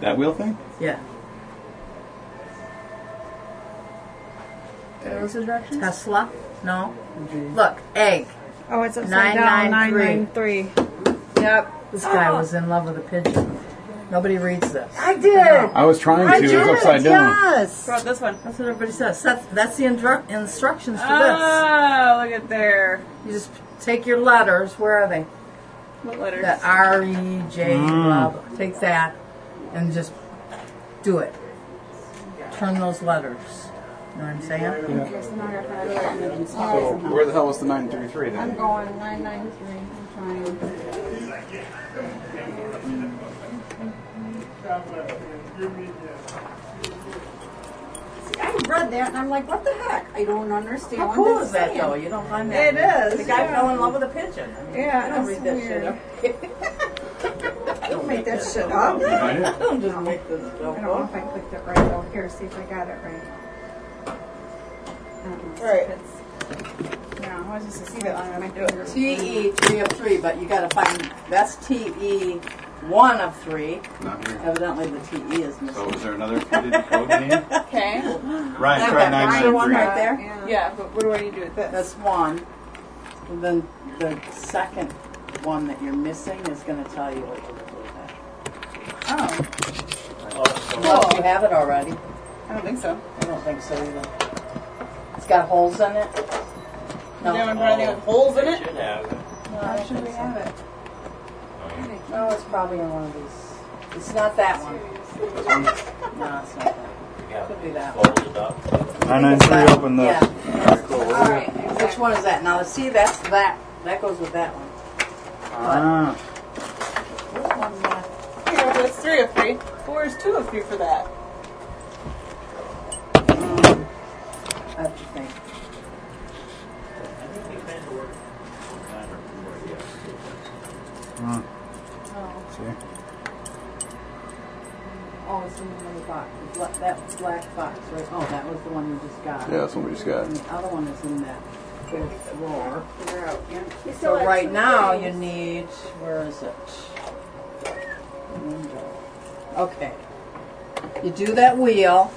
Speaker 25: That wheel thing?
Speaker 1: Yeah.
Speaker 3: Those are directions?
Speaker 1: Tesla? No. Look, egg.
Speaker 3: Oh, it's upside
Speaker 1: Nine,
Speaker 3: down.
Speaker 1: nine,
Speaker 3: three.
Speaker 1: Yep. This guy
Speaker 3: Oh.
Speaker 1: was in love with a pigeon. Nobody reads this.
Speaker 3: I did.
Speaker 25: I was trying to. It was upside down.
Speaker 1: Yes.
Speaker 3: What about this one?
Speaker 1: That's what everybody says. That's, that's the indru- instructions for
Speaker 3: Oh, look at there.
Speaker 1: this. You just take your letters. Where are they?
Speaker 3: What letters?
Speaker 1: That R E J. blah,
Speaker 3: Mm.
Speaker 1: blah. Take that and just do it. Turn those letters. You know what I'm saying?
Speaker 4: So where the hell was the 933 then?
Speaker 8: I'm going 993. I'm
Speaker 10: See, I read that and I'm like, what the heck? I don't understand.
Speaker 1: How
Speaker 10: what
Speaker 1: cool
Speaker 10: they're
Speaker 1: is that
Speaker 10: saying.
Speaker 1: though? You don't find that.
Speaker 10: It is.
Speaker 1: The guy
Speaker 10: yeah.
Speaker 1: fell in love with a pigeon. I mean,
Speaker 10: Yeah,
Speaker 1: I don't read
Speaker 10: that's
Speaker 1: that
Speaker 10: weird.
Speaker 1: shit up.
Speaker 8: trying. Don't make that shit up.
Speaker 1: I
Speaker 8: I
Speaker 1: don't just make this stuff
Speaker 8: don't know
Speaker 1: up.
Speaker 8: if I clicked it right oh, though. Here, see if I got it right. I don't know.
Speaker 1: Right.
Speaker 8: No, I was just see that on my
Speaker 1: TE E three of three, but you gotta find, that's TE one of three.
Speaker 4: Not here.
Speaker 1: Evidently the TE is missing.
Speaker 4: So is there another coded code in here?
Speaker 3: Okay.
Speaker 4: Ryan,
Speaker 1: That-
Speaker 4: try
Speaker 1: that Ryan one
Speaker 4: 993.
Speaker 1: right there?
Speaker 3: Yeah. but what do I need to do with this?
Speaker 1: That's one. And then the second one that you're missing is gonna tell you what to do
Speaker 3: Oh,
Speaker 1: with that. Unless Oh. you have it already.
Speaker 3: I don't think so.
Speaker 1: I don't think so either. It's got holes in it? Oh. No.
Speaker 3: Does anyone have anything with holes in it?
Speaker 16: Should have.
Speaker 1: Why should we have it? No, Oh, it's probably in one of these. It's not that one. No, it's not that.
Speaker 16: Yeah.
Speaker 1: Could be that
Speaker 16: Fold it up.
Speaker 2: 993, open the.
Speaker 1: Yeah.
Speaker 2: Alright, cool. What do we got?
Speaker 1: one. Which one is that? Now, see, that's that. That goes with that one.
Speaker 2: Ah.
Speaker 1: Which one's that?
Speaker 3: Here, that's three of three. Four is two of three for that.
Speaker 1: I have to think.
Speaker 16: I think we plan to work on that or more, yeah.
Speaker 2: Hmm.
Speaker 1: Oh,
Speaker 2: See?
Speaker 1: oh, it's in another box. The bla- That black box, right? Oh, that was the one you just got.
Speaker 4: Yeah, that's what we just got.
Speaker 1: And the other one is in that big drawer.
Speaker 10: You still
Speaker 1: So
Speaker 10: have
Speaker 1: right
Speaker 10: two
Speaker 1: now you
Speaker 10: things.
Speaker 1: need, where is it? Window. Okay. You do that wheel.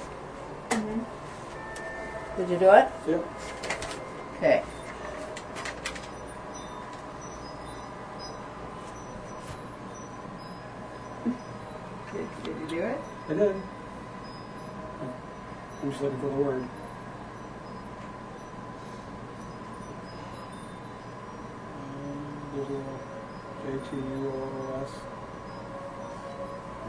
Speaker 1: Did you do it?
Speaker 5: Yep.
Speaker 1: Okay.
Speaker 8: Did, did you do it?
Speaker 5: I did. I'm just looking for the word. There's a little J T U O O S.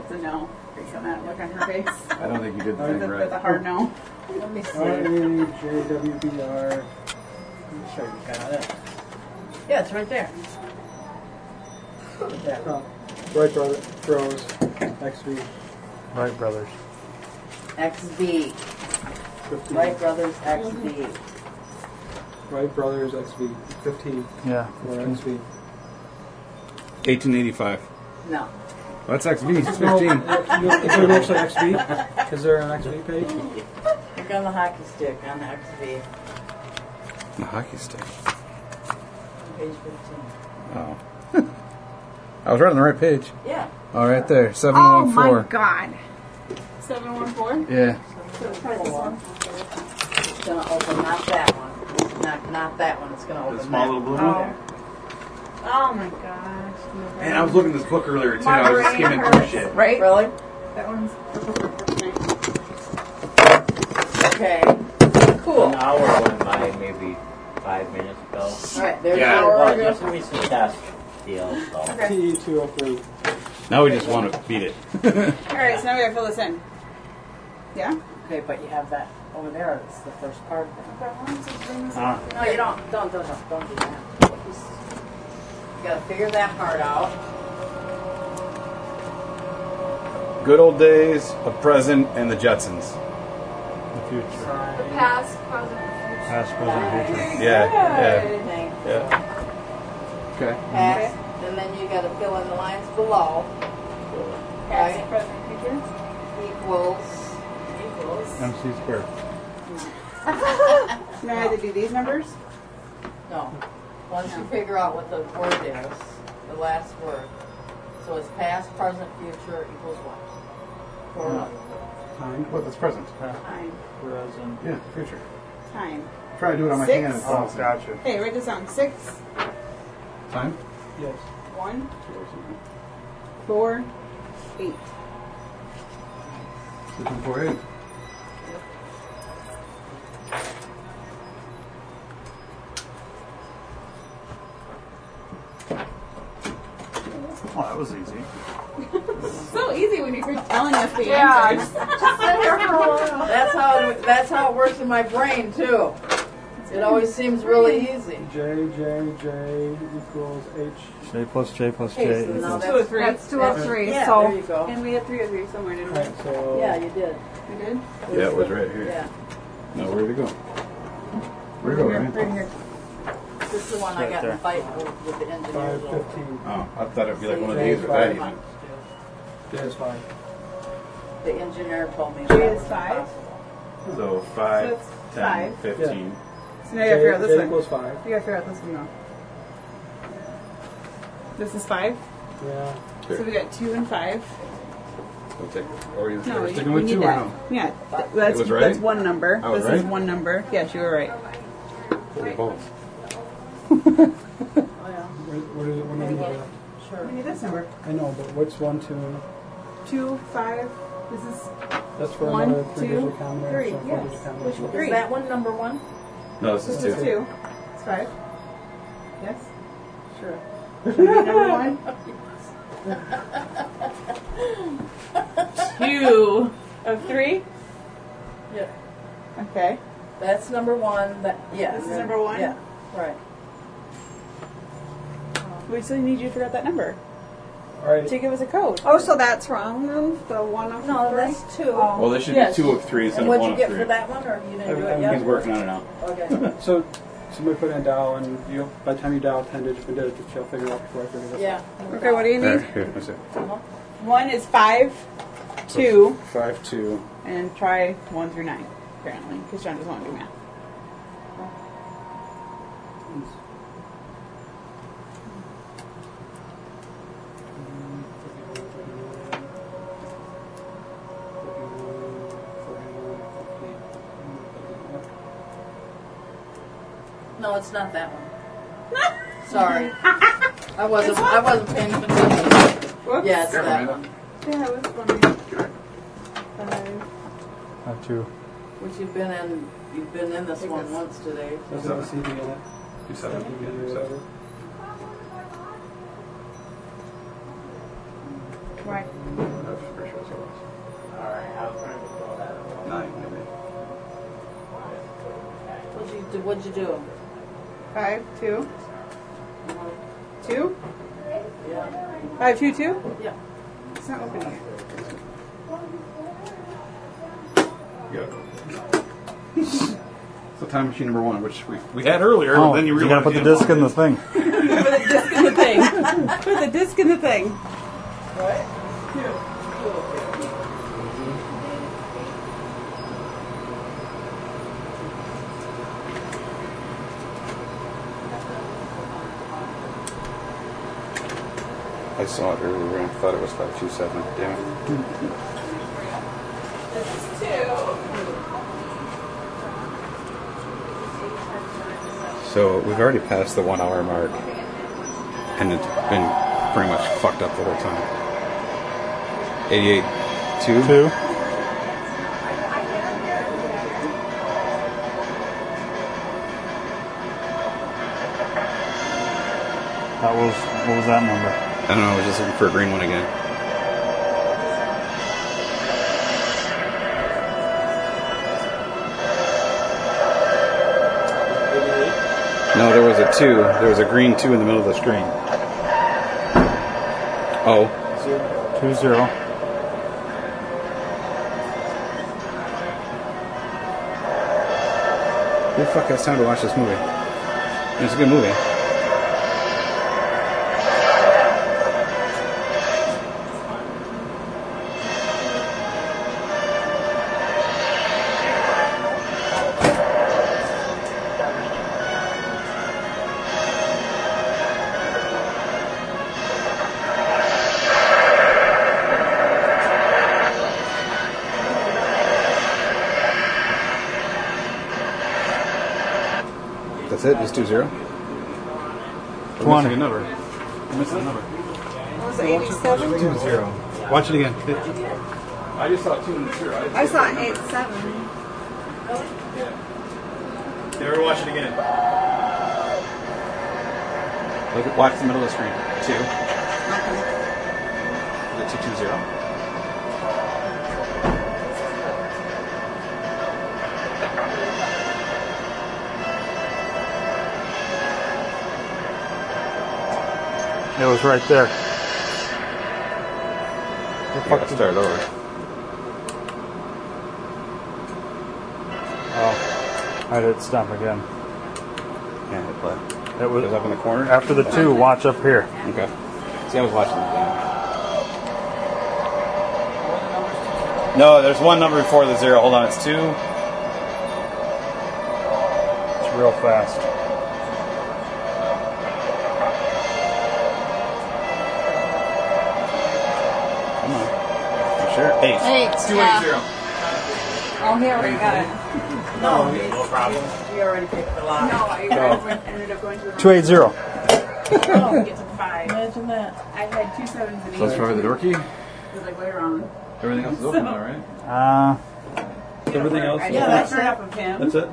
Speaker 3: It's a no. Based on that look on her face.
Speaker 4: I don't think you did the
Speaker 5: Alright.
Speaker 4: thing right.
Speaker 3: That's a hard no.
Speaker 1: Let me
Speaker 5: R A
Speaker 1: see.
Speaker 5: J W B R.
Speaker 1: I'm sure you got it. Yeah, it's right there. Yeah.
Speaker 5: Oh, Right brother throws X V
Speaker 2: Right Brothers.
Speaker 1: XB.
Speaker 5: fifteen.
Speaker 1: Wright Brothers XB.
Speaker 5: Right brothers X V fifteen.
Speaker 2: Yeah.
Speaker 5: Or X V.
Speaker 13: 1885.
Speaker 1: No.
Speaker 13: That's XV. It's
Speaker 5: No,
Speaker 13: 15.
Speaker 5: you- Is there an actual X V? Is there an X V page?
Speaker 1: Look on the hockey stick on the XB,
Speaker 13: The hockey stick.
Speaker 1: page 15.
Speaker 13: Oh. I was right on the right page.
Speaker 1: Yeah.
Speaker 13: Oh, right there.
Speaker 3: Oh my
Speaker 13: 714.
Speaker 3: god. 714?
Speaker 13: yeah.
Speaker 1: It's gonna open not that one. Not not that one. It's gonna open
Speaker 4: small
Speaker 1: that
Speaker 4: little blue
Speaker 1: one.
Speaker 4: one?
Speaker 3: Oh my gosh.
Speaker 4: Man, I was looking at this book earlier too. I was just skimming through shit.
Speaker 3: Right?
Speaker 1: Really?
Speaker 3: That one's.
Speaker 1: Okay. Cool.
Speaker 16: An hour went by maybe five minutes ago.
Speaker 1: All right. There's
Speaker 16: Yeah,
Speaker 1: your
Speaker 16: well,
Speaker 1: order.
Speaker 16: just a recent test deal, so.
Speaker 5: T E two O three.
Speaker 25: Now we just want to beat it.
Speaker 3: Alright, so now we gotta fill this in. Yeah?
Speaker 1: Okay, but you have that. over there, it's the first part.
Speaker 22: Ah.
Speaker 1: No, you don't, don't, don't, don't, don't do that. Just- You gotta figure that part out.
Speaker 4: Good old days, a present, and the Jetsons.
Speaker 2: The future.
Speaker 10: The past, present, future.
Speaker 2: Past, present, future.
Speaker 4: Yeah,
Speaker 1: Good.
Speaker 4: yeah, yeah. Okay.
Speaker 1: Past, and then you gotta fill in the lines below. Past, present, future? Equals. Equals.
Speaker 2: MC squared.
Speaker 8: Now I had to do these numbers?
Speaker 1: No. Once you figure out what the word is, the last word. So it's past, present, future equals what? Four
Speaker 5: Mm.
Speaker 1: numbers.
Speaker 5: Time.
Speaker 26: What? That's present.
Speaker 8: Time.
Speaker 27: Present.
Speaker 26: Yeah, future.
Speaker 8: Time.
Speaker 26: Try to do it on my
Speaker 8: Six.
Speaker 26: hand. and it falls.
Speaker 8: Hey, write this down. Six,
Speaker 26: Time?
Speaker 5: Yes.
Speaker 8: one, four, eight.
Speaker 26: Six and four eight.
Speaker 2: Oh, that was easy.
Speaker 8: So easy when you quit telling us the
Speaker 1: Yeah.
Speaker 8: answers.
Speaker 1: That's how, it- that's how it works in my brain too. It always seems really easy.
Speaker 5: J, J, J equals H.
Speaker 2: J plus J plus
Speaker 1: Okay,
Speaker 2: J
Speaker 1: so now that's-
Speaker 2: equals.
Speaker 8: That's two of three.
Speaker 1: Yeah,
Speaker 8: so.
Speaker 1: there you go.
Speaker 8: And we had three of three somewhere, didn't we?
Speaker 5: Right, so.
Speaker 1: Yeah, you did.
Speaker 8: We did?
Speaker 4: Yeah, it was right here.
Speaker 1: Yeah.
Speaker 4: Now where'd it go? Where'd it go,
Speaker 8: Right
Speaker 4: Ryan?
Speaker 8: here.
Speaker 1: This is the one I
Speaker 4: Right
Speaker 1: got in a
Speaker 4: there.
Speaker 1: fight with with the engineers
Speaker 5: Five
Speaker 1: over.
Speaker 5: fifteen.
Speaker 4: Oh, I thought it'd be like one of
Speaker 5: J
Speaker 4: these
Speaker 5: is
Speaker 4: or
Speaker 5: five.
Speaker 4: that even.
Speaker 5: J is five.
Speaker 1: The engineer told me.
Speaker 8: Three
Speaker 1: that
Speaker 8: is
Speaker 1: was
Speaker 8: five?
Speaker 1: impossible.
Speaker 4: So five,
Speaker 8: So it's
Speaker 4: ten,
Speaker 8: five.
Speaker 4: fifteen.
Speaker 8: So now you gotta figure out
Speaker 5: J
Speaker 8: this one.
Speaker 5: equals five.
Speaker 8: You gotta figure out this one now. This is five.
Speaker 5: Yeah.
Speaker 8: So we got two and five.
Speaker 4: We'll take, are you
Speaker 8: No,
Speaker 4: we're
Speaker 8: you,
Speaker 4: sticking
Speaker 8: you
Speaker 4: with
Speaker 8: need
Speaker 4: two or
Speaker 8: that.
Speaker 4: no?
Speaker 8: Yeah, th- that's
Speaker 4: was right?
Speaker 8: that's one number.
Speaker 4: I was
Speaker 8: this is
Speaker 4: right?
Speaker 8: one number. Yes, you were right.
Speaker 4: We're both.
Speaker 1: Oh, yeah.
Speaker 5: What, what is it? What number is it?
Speaker 1: Sure.
Speaker 8: We need this number.
Speaker 5: I know, but what's one, two?
Speaker 8: Two, five. This is
Speaker 5: That's for
Speaker 8: One,
Speaker 5: another three
Speaker 8: two,
Speaker 5: digit combination.
Speaker 8: three,
Speaker 5: four
Speaker 8: yes.
Speaker 5: digit
Speaker 8: Which
Speaker 5: combination.
Speaker 8: one?
Speaker 1: Is
Speaker 8: Three.
Speaker 1: that one number one?
Speaker 4: No, this
Speaker 8: this
Speaker 4: is
Speaker 8: is
Speaker 4: two.
Speaker 8: two. It's five. Yes.
Speaker 1: Sure.
Speaker 8: number one. Two of three.
Speaker 1: Yeah.
Speaker 8: Okay.
Speaker 1: That's number one, that, yeah.
Speaker 8: This is number one?
Speaker 1: Yeah, right.
Speaker 8: We still need you to figure out that number
Speaker 5: All right.
Speaker 8: to give us a code. Oh, so that's wrong. Then the one of
Speaker 1: No,
Speaker 8: three? Oh.
Speaker 1: that's two.
Speaker 4: Well, this should be
Speaker 1: Yes.
Speaker 4: two of three instead
Speaker 1: And
Speaker 4: of
Speaker 1: what'd
Speaker 4: one
Speaker 1: you
Speaker 4: of
Speaker 1: get for
Speaker 4: three.
Speaker 1: that one, or you didn't do it
Speaker 5: Everything
Speaker 1: yet?
Speaker 4: He's working on it now.
Speaker 1: Okay,
Speaker 5: So somebody put in a dial, and you by the time you dial ten digits per digit, she'll figure out before I figure this
Speaker 1: yeah.
Speaker 8: Okay, what do you
Speaker 4: There,
Speaker 8: need?
Speaker 4: here, that's it.
Speaker 8: Uh-huh. One is five, two,
Speaker 4: Five, two.
Speaker 8: and try one through nine, apparently, because John doesn't want to do math.
Speaker 1: No, it's not that one. Sorry. I wasn't, I wasn't paying attention.
Speaker 8: Whoops.
Speaker 1: Yeah, it's
Speaker 4: Never
Speaker 1: that
Speaker 4: mind.
Speaker 1: one.
Speaker 8: Yeah, it was funny. Five.
Speaker 2: Not two.
Speaker 1: Which you've been in, you've been in this
Speaker 8: Take
Speaker 1: one
Speaker 8: this.
Speaker 1: once today.
Speaker 5: Doesn't have a CD in it.
Speaker 4: Two seven.
Speaker 5: CD or
Speaker 4: Yeah,
Speaker 5: whatever.
Speaker 4: seven.
Speaker 8: Right.
Speaker 4: I'm pretty sure that's what it
Speaker 28: Alright, I was trying to throw that out.
Speaker 4: was. Nine, maybe.
Speaker 1: What'd you, do? what'd you do?
Speaker 8: Five, two, two.
Speaker 1: Yeah,
Speaker 8: Five, two, two.
Speaker 1: yeah.
Speaker 8: It's not opening it.
Speaker 4: Yeah. so time machine number one, which we, we had earlier,
Speaker 2: Oh,
Speaker 4: and then you
Speaker 2: you gotta
Speaker 4: realized
Speaker 2: put the
Speaker 4: you
Speaker 2: disc in the thing.
Speaker 8: Put the disc in the thing. Put the disc in the thing.
Speaker 1: What?
Speaker 4: didn't- I saw it earlier and I thought it was five two seven. Damn it. So we've already passed the one hour mark, and it's been pretty much fucked up the whole time. Eighty-eight, two.
Speaker 2: Two. That was what was that number?
Speaker 4: I don't know. I was just looking for a green one again. No, there was a two. There was a green two in the middle of the screen. Oh.
Speaker 2: Two zero.
Speaker 4: Who the fuck has time to watch this movie? It's a good movie. That's it. Just two zero.
Speaker 2: Twenty.
Speaker 4: Missing a number. We're missing a number.
Speaker 8: was it 87?
Speaker 4: Two zero. Watch it again.
Speaker 22: I just saw two and zero. didn't
Speaker 8: I
Speaker 22: see
Speaker 8: saw
Speaker 22: the
Speaker 8: eight
Speaker 22: number.
Speaker 8: seven.
Speaker 4: They were watching again. Look, at- watch the middle of the screen. Two. The two two zero.
Speaker 2: It was right there.
Speaker 4: You gotta start over.
Speaker 2: Oh, I did stop again.
Speaker 4: Yeah, hit play.
Speaker 2: It was
Speaker 4: Goes up in the corner.
Speaker 2: After the two, watch up here.
Speaker 4: Okay. See, I was watching the game. No, there's one number before the zero. Hold on, it's two.
Speaker 2: It's real fast.
Speaker 4: Come on. You sure? Eight.
Speaker 8: yeah.
Speaker 1: Oh, he already got it. No, no problem. You already picked the lot.
Speaker 8: No, I
Speaker 2: Oh.
Speaker 8: ended up going to the.
Speaker 2: Two eight zero.
Speaker 8: Oh, get to five.
Speaker 1: Imagine that.
Speaker 8: I've had two sevens and eights.
Speaker 4: So that's probably the door key.
Speaker 8: It was like later on.
Speaker 4: Everything else is open, all right?
Speaker 2: Uh,
Speaker 4: Everything else.
Speaker 8: I
Speaker 4: is
Speaker 8: yeah,
Speaker 4: open?
Speaker 8: that's up of him.
Speaker 4: That's it.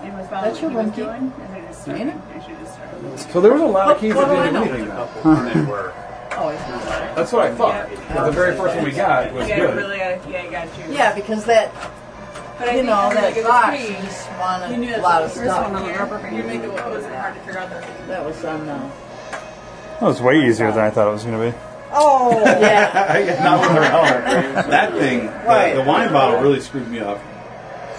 Speaker 8: And was found
Speaker 1: That's
Speaker 8: what
Speaker 1: your
Speaker 8: he was
Speaker 1: one key.
Speaker 8: doing, and I just started. I should just started.
Speaker 22: So there was a lot of keys
Speaker 1: What-
Speaker 22: that
Speaker 1: what do
Speaker 22: didn't
Speaker 1: I
Speaker 22: do
Speaker 1: know?
Speaker 22: anything. though.
Speaker 1: Oh, it's not that.
Speaker 22: That's what I thought. But the very first one we got was
Speaker 8: Yeah, you
Speaker 22: good.
Speaker 8: really gotta, yeah, you gotta choose.
Speaker 1: Yeah, because that,
Speaker 8: but I
Speaker 1: you
Speaker 8: think
Speaker 1: know,
Speaker 8: you're
Speaker 1: that
Speaker 8: like, it was
Speaker 1: box,
Speaker 8: pretty-
Speaker 1: you just
Speaker 8: You knew
Speaker 1: wanted a
Speaker 8: that's
Speaker 1: lot
Speaker 8: the
Speaker 1: of
Speaker 8: first one on the rubber
Speaker 1: stuff.
Speaker 8: band. You knew it wasn't hard to figure out the.
Speaker 1: That was on, uh,
Speaker 2: that was way easier than I thought it was going to be.
Speaker 1: oh, yeah.
Speaker 4: Not with her helmet. That thing,
Speaker 1: Right.
Speaker 4: the, the wine bottle really screwed me up.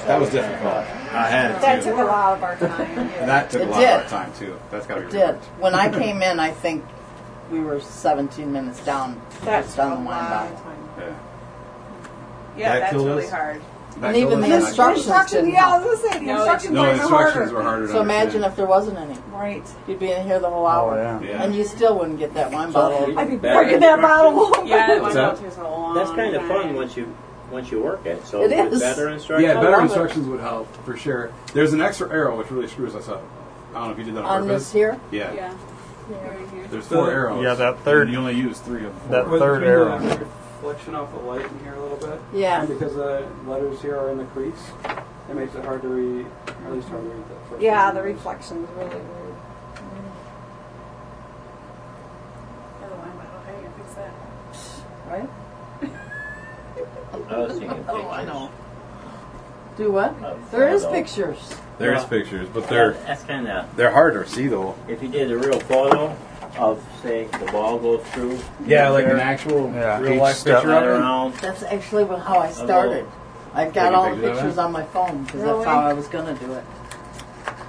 Speaker 4: That was difficult. I had
Speaker 8: That
Speaker 4: it
Speaker 8: took
Speaker 4: too.
Speaker 8: a lot of our time.
Speaker 4: And that took
Speaker 1: It
Speaker 4: a lot of our
Speaker 1: did.
Speaker 4: time too. That's got to be
Speaker 1: did.
Speaker 4: reworked.
Speaker 1: When I came in, I think we were 17 minutes down
Speaker 8: That's
Speaker 1: just
Speaker 8: a
Speaker 1: on the wine
Speaker 8: lot
Speaker 1: bottle.
Speaker 8: of time.
Speaker 4: Yeah.
Speaker 8: Yeah,
Speaker 4: That
Speaker 8: that's
Speaker 4: killed
Speaker 8: really
Speaker 4: us.
Speaker 8: hard.
Speaker 4: That
Speaker 1: And even
Speaker 4: goes
Speaker 1: the
Speaker 4: on.
Speaker 1: instructions didn't
Speaker 8: Yeah, I
Speaker 1: help.
Speaker 8: was gonna say the
Speaker 10: No,
Speaker 8: instructions
Speaker 4: No,
Speaker 8: were
Speaker 4: the instructions
Speaker 8: harder.
Speaker 4: were harder. to
Speaker 1: So imagine
Speaker 4: understand. Oh,
Speaker 1: if there wasn't any.
Speaker 8: Right.
Speaker 1: You'd be in here the whole hour.
Speaker 2: yeah.
Speaker 4: Yeah.
Speaker 1: And you still wouldn't get that wine bottle.
Speaker 8: I'd be
Speaker 16: That
Speaker 8: breaking that bottle open. Yeah,
Speaker 4: What's that?
Speaker 8: wine bottle takes a long
Speaker 16: That's kind of fun
Speaker 8: time.
Speaker 16: once you once you work it. So
Speaker 1: It
Speaker 16: with
Speaker 1: is.
Speaker 16: better instruction.
Speaker 4: Yeah, better
Speaker 1: love it.
Speaker 4: instructions would help for sure. There's an extra arrow which really screws us up. I don't know if you did that on,
Speaker 1: On
Speaker 4: purpose.
Speaker 1: this here?
Speaker 4: Yeah.
Speaker 8: Yeah.
Speaker 4: There's four arrows.
Speaker 2: Yeah, that third-
Speaker 4: and You only use three of them.
Speaker 2: that
Speaker 5: Was
Speaker 2: third
Speaker 5: between
Speaker 2: arrow.
Speaker 5: The reflection off the light in here a little bit.
Speaker 1: Yeah.
Speaker 5: And because the letters here are in the crease, it makes it hard to read, or at least hard to read that first.
Speaker 8: Yeah,
Speaker 5: one.
Speaker 8: the reflection's really weird. Yeah, the wine bottle. How you gonna fix that?
Speaker 1: Right?
Speaker 16: I was thinking
Speaker 1: Oh, I
Speaker 16: pictures.
Speaker 1: know. Do what? There is pictures.
Speaker 4: There is pictures, but they're
Speaker 16: That's kind of
Speaker 4: they're harder to see though.
Speaker 16: if you did a real photo of say the ball goes through.
Speaker 4: Yeah, like
Speaker 16: there,
Speaker 4: an actual
Speaker 2: Yeah.
Speaker 4: real
Speaker 2: Each
Speaker 4: life
Speaker 2: step.
Speaker 4: picture
Speaker 16: right
Speaker 4: of it.
Speaker 16: around.
Speaker 1: That's actually what- how I started. I've got
Speaker 4: Taking
Speaker 1: all the
Speaker 4: pictures of it?
Speaker 1: pictures on my phone because
Speaker 8: Really?
Speaker 1: that's how I was going to do it.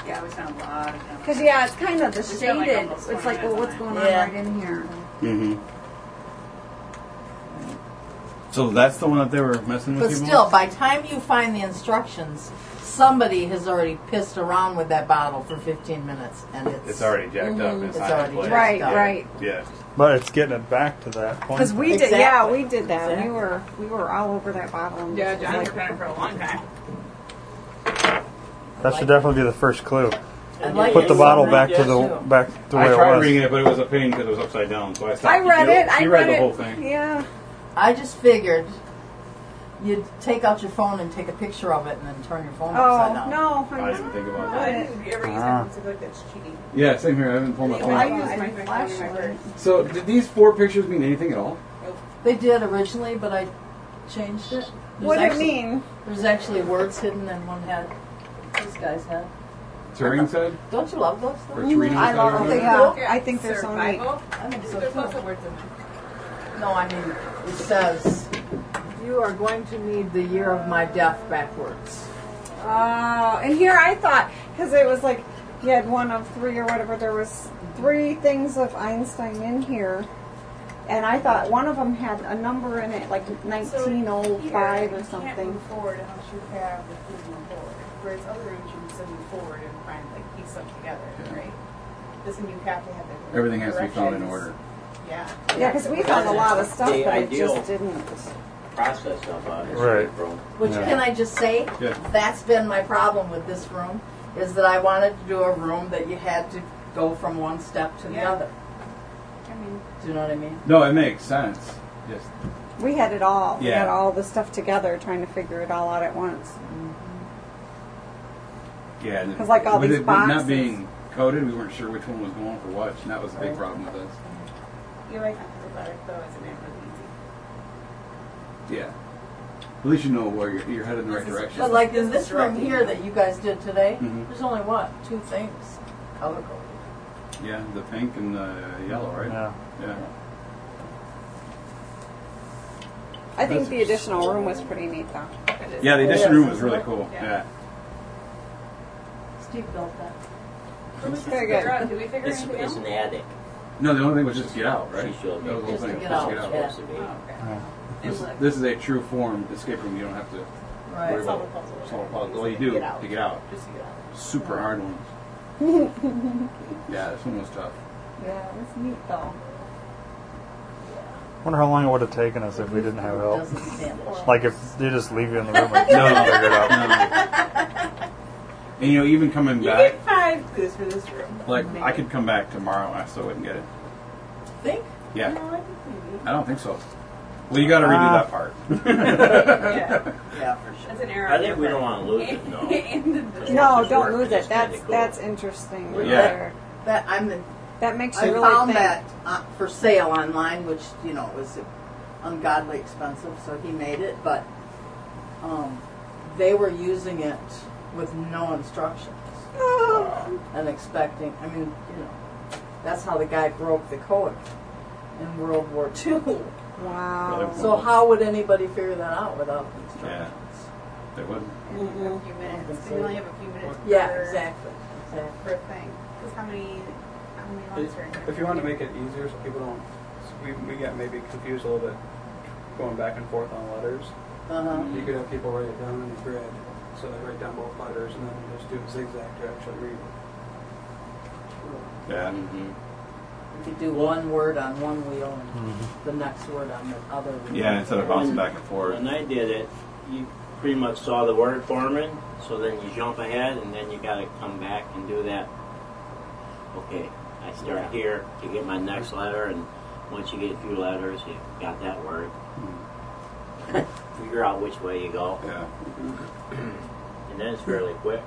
Speaker 8: Yeah, we spent a lot of time.
Speaker 10: Because, yeah, it's kind of the
Speaker 8: It's got, like,
Speaker 10: shaded.
Speaker 8: almost
Speaker 10: It's like, well, what's going on
Speaker 1: Yeah.
Speaker 10: right in here?
Speaker 4: Mm-hmm. So that's the one that they were messing with.
Speaker 1: But
Speaker 4: you
Speaker 1: still,
Speaker 4: with?
Speaker 1: by time you find the instructions, somebody has already pissed around with that bottle for 15 minutes, and it's
Speaker 4: it's already jacked up.
Speaker 1: Mhm,
Speaker 4: It's,
Speaker 1: it's
Speaker 4: not
Speaker 1: already
Speaker 4: in place.
Speaker 1: jacked Right,
Speaker 4: yeah.
Speaker 10: right.
Speaker 4: Yeah.
Speaker 2: But it's getting it back to that point.
Speaker 10: Because we did, yeah,
Speaker 1: Exactly.
Speaker 10: we did that.
Speaker 1: Exactly.
Speaker 10: We were we were all over that bottle. and
Speaker 8: Yeah,
Speaker 10: it was
Speaker 8: John
Speaker 10: like-
Speaker 8: worked on it for a long time.
Speaker 2: That should definitely be the first clue.
Speaker 1: I like
Speaker 2: Put
Speaker 1: it
Speaker 2: the
Speaker 1: so
Speaker 2: bottle
Speaker 1: much,
Speaker 2: back to the
Speaker 1: too.
Speaker 2: back to the way
Speaker 4: I
Speaker 2: it
Speaker 4: tried
Speaker 2: was.
Speaker 4: reading it, but it was a pain because it was upside down, so I stopped.
Speaker 10: I read
Speaker 4: you,
Speaker 10: it. I
Speaker 4: you
Speaker 10: read,
Speaker 4: read, the
Speaker 10: it.
Speaker 4: whole thing.
Speaker 10: Yeah.
Speaker 1: I just figured you'd take out your phone and take a picture of it and then turn your phone upside
Speaker 10: Oh
Speaker 1: down.
Speaker 10: no.
Speaker 4: I didn't think about that.
Speaker 8: I didn't if you ever use
Speaker 2: Ah.
Speaker 8: that. It's like that's cheating.
Speaker 4: Yeah, same here. I haven't pulled my phone.
Speaker 8: I
Speaker 4: out.
Speaker 8: used my flashlight.
Speaker 1: flashlight.
Speaker 4: So, did these four pictures mean anything at all?
Speaker 1: They did originally, but I changed it. There's
Speaker 10: What do you
Speaker 1: actually-
Speaker 10: mean?
Speaker 1: There's actually words hidden in one head. This guy's head.
Speaker 4: Turing said?
Speaker 29: Don't you love those?
Speaker 4: Or Torino said? or whatever?
Speaker 10: I think they're so neat.
Speaker 8: Survival?
Speaker 29: I think so
Speaker 8: There's
Speaker 29: too.
Speaker 8: lots of words in there.
Speaker 1: No, I mean, it says, you are going to need the year of my death backwards.
Speaker 10: Oh, and here I thought because it was like you had one of three or whatever. There was three things of Einstein in here, and I thought one of them had a number in it, like 1905 or
Speaker 8: You can't
Speaker 10: something.
Speaker 8: move forward unless you have the food moving forward. Whereas other rooms you can still move forward and find like piece them together, right? This one you have to have the
Speaker 4: Everything has to be found in order.
Speaker 8: directions. Yeah.
Speaker 10: Yeah, because we found a lot of stuff,
Speaker 16: The
Speaker 10: but it
Speaker 16: ideal
Speaker 10: just didn't.
Speaker 16: Process of uh, is
Speaker 2: Right.
Speaker 16: April.
Speaker 1: Which, can I just say,
Speaker 16: Yeah.
Speaker 1: that's been my problem with this room, is that I wanted to do a room that you had to go from one step to the
Speaker 10: Yeah.
Speaker 1: other.
Speaker 10: I mean,
Speaker 1: Do you know what I mean?
Speaker 4: No, it makes sense. Just
Speaker 10: we had it all. We had
Speaker 4: Yeah.
Speaker 10: all the stuff together, trying to figure it all out at once.
Speaker 1: Mm-hmm.
Speaker 4: yeah. and
Speaker 10: 'Cause, like, all
Speaker 4: with
Speaker 10: these
Speaker 4: it with
Speaker 10: boxes-
Speaker 4: not being coded, we weren't sure which one was going for what, and that was a big problem with us.
Speaker 8: You like alphabetical though, isn't it really easy?
Speaker 4: Yeah. At least you know where you're, you're headed in the right direction.
Speaker 1: But like in this room here that you guys did today,
Speaker 4: Mhm.
Speaker 1: there's only what, two things, color coded.
Speaker 4: Yeah, the pink and the yellow, right?
Speaker 2: Yeah.
Speaker 4: Yeah.
Speaker 10: I think the additional room was pretty neat, though.
Speaker 4: Yeah, the addition
Speaker 1: Yes,
Speaker 4: room was
Speaker 1: isn't
Speaker 4: really
Speaker 1: it?
Speaker 4: cool.
Speaker 1: Yeah.
Speaker 4: Yeah.
Speaker 1: Steve built that.
Speaker 10: Very good.
Speaker 8: Did we figure
Speaker 16: It's,
Speaker 8: anything
Speaker 16: it's
Speaker 8: out?
Speaker 16: an attic.
Speaker 4: No, the only thing was just get out, right?
Speaker 16: She showed me.
Speaker 4: That was the whole
Speaker 16: Just
Speaker 4: thing.
Speaker 16: to
Speaker 4: Just
Speaker 16: get
Speaker 4: get
Speaker 16: out.
Speaker 4: out.
Speaker 16: Supposed to be.
Speaker 4: This, this is a true form escape room. You don't have to
Speaker 1: Right.
Speaker 4: worry
Speaker 8: Solve
Speaker 4: about
Speaker 8: a puzzle.
Speaker 4: solve a puzzle. All you
Speaker 8: Just
Speaker 4: do
Speaker 8: get out.
Speaker 4: to get out.
Speaker 8: Just to get out.
Speaker 4: Super hard ones. Yeah, this one was tough.
Speaker 10: Yeah, it was neat, though.
Speaker 2: Wonder how long it would have taken us if we didn't have help. Like if they just leave you in the room, like
Speaker 4: No.
Speaker 2: you figure it out.
Speaker 4: And you know, even coming back,
Speaker 8: Five clues for this room.
Speaker 4: like I could come back tomorrow and I still wouldn't get it.
Speaker 1: Think?
Speaker 4: Yeah.
Speaker 8: No, I think maybe.
Speaker 4: I don't think so. Well, you got to redo
Speaker 2: Ah.
Speaker 4: that part.
Speaker 8: Yeah.
Speaker 1: Yeah, for sure.
Speaker 8: That's an error.
Speaker 16: I think we don't want to lose it, no.
Speaker 10: No, don't lose it. That's that's interesting. right
Speaker 4: Yeah.
Speaker 10: there.
Speaker 1: That, I'm the
Speaker 10: That makes
Speaker 1: I
Speaker 10: you really
Speaker 1: found
Speaker 10: think.
Speaker 1: that uh, for sale online, which you know was ungodly expensive, so he made it. But um, they were using it with no instructions
Speaker 10: Oh.
Speaker 1: and expecting. I mean, you know, that's how the guy broke the code in World War II.
Speaker 10: Wow.
Speaker 1: so how would anybody figure that out without
Speaker 4: Yeah.
Speaker 1: instructions?
Speaker 4: They wouldn't.
Speaker 8: You have a few minutes. You only have a few minutes.
Speaker 1: Yeah,
Speaker 8: per-
Speaker 1: exactly. exactly.
Speaker 8: Per thing. Because how many, how many lines are in here?
Speaker 5: If you want to make it easier so people don't, so we, we got maybe confused a little bit going back and forth on letters.
Speaker 1: Uh-huh.
Speaker 5: You could have people write it down in a grid, so they write down both letters and then just do a zigzag to actually read it.
Speaker 4: Yeah.
Speaker 22: Mm-hmm.
Speaker 1: You could do one word on one wheel and
Speaker 22: Mm-hmm.
Speaker 1: the next word on the other wheel.
Speaker 4: Yeah, instead of bouncing back and forth.
Speaker 16: When I did it, you pretty much saw the word foreman, so then you jump ahead, and then you got to come back and do that. Okay, I start here to get my next letter, and once you get a few letters, you got that word. Figure out which way you go,
Speaker 4: Yeah.
Speaker 16: and then it's fairly quick.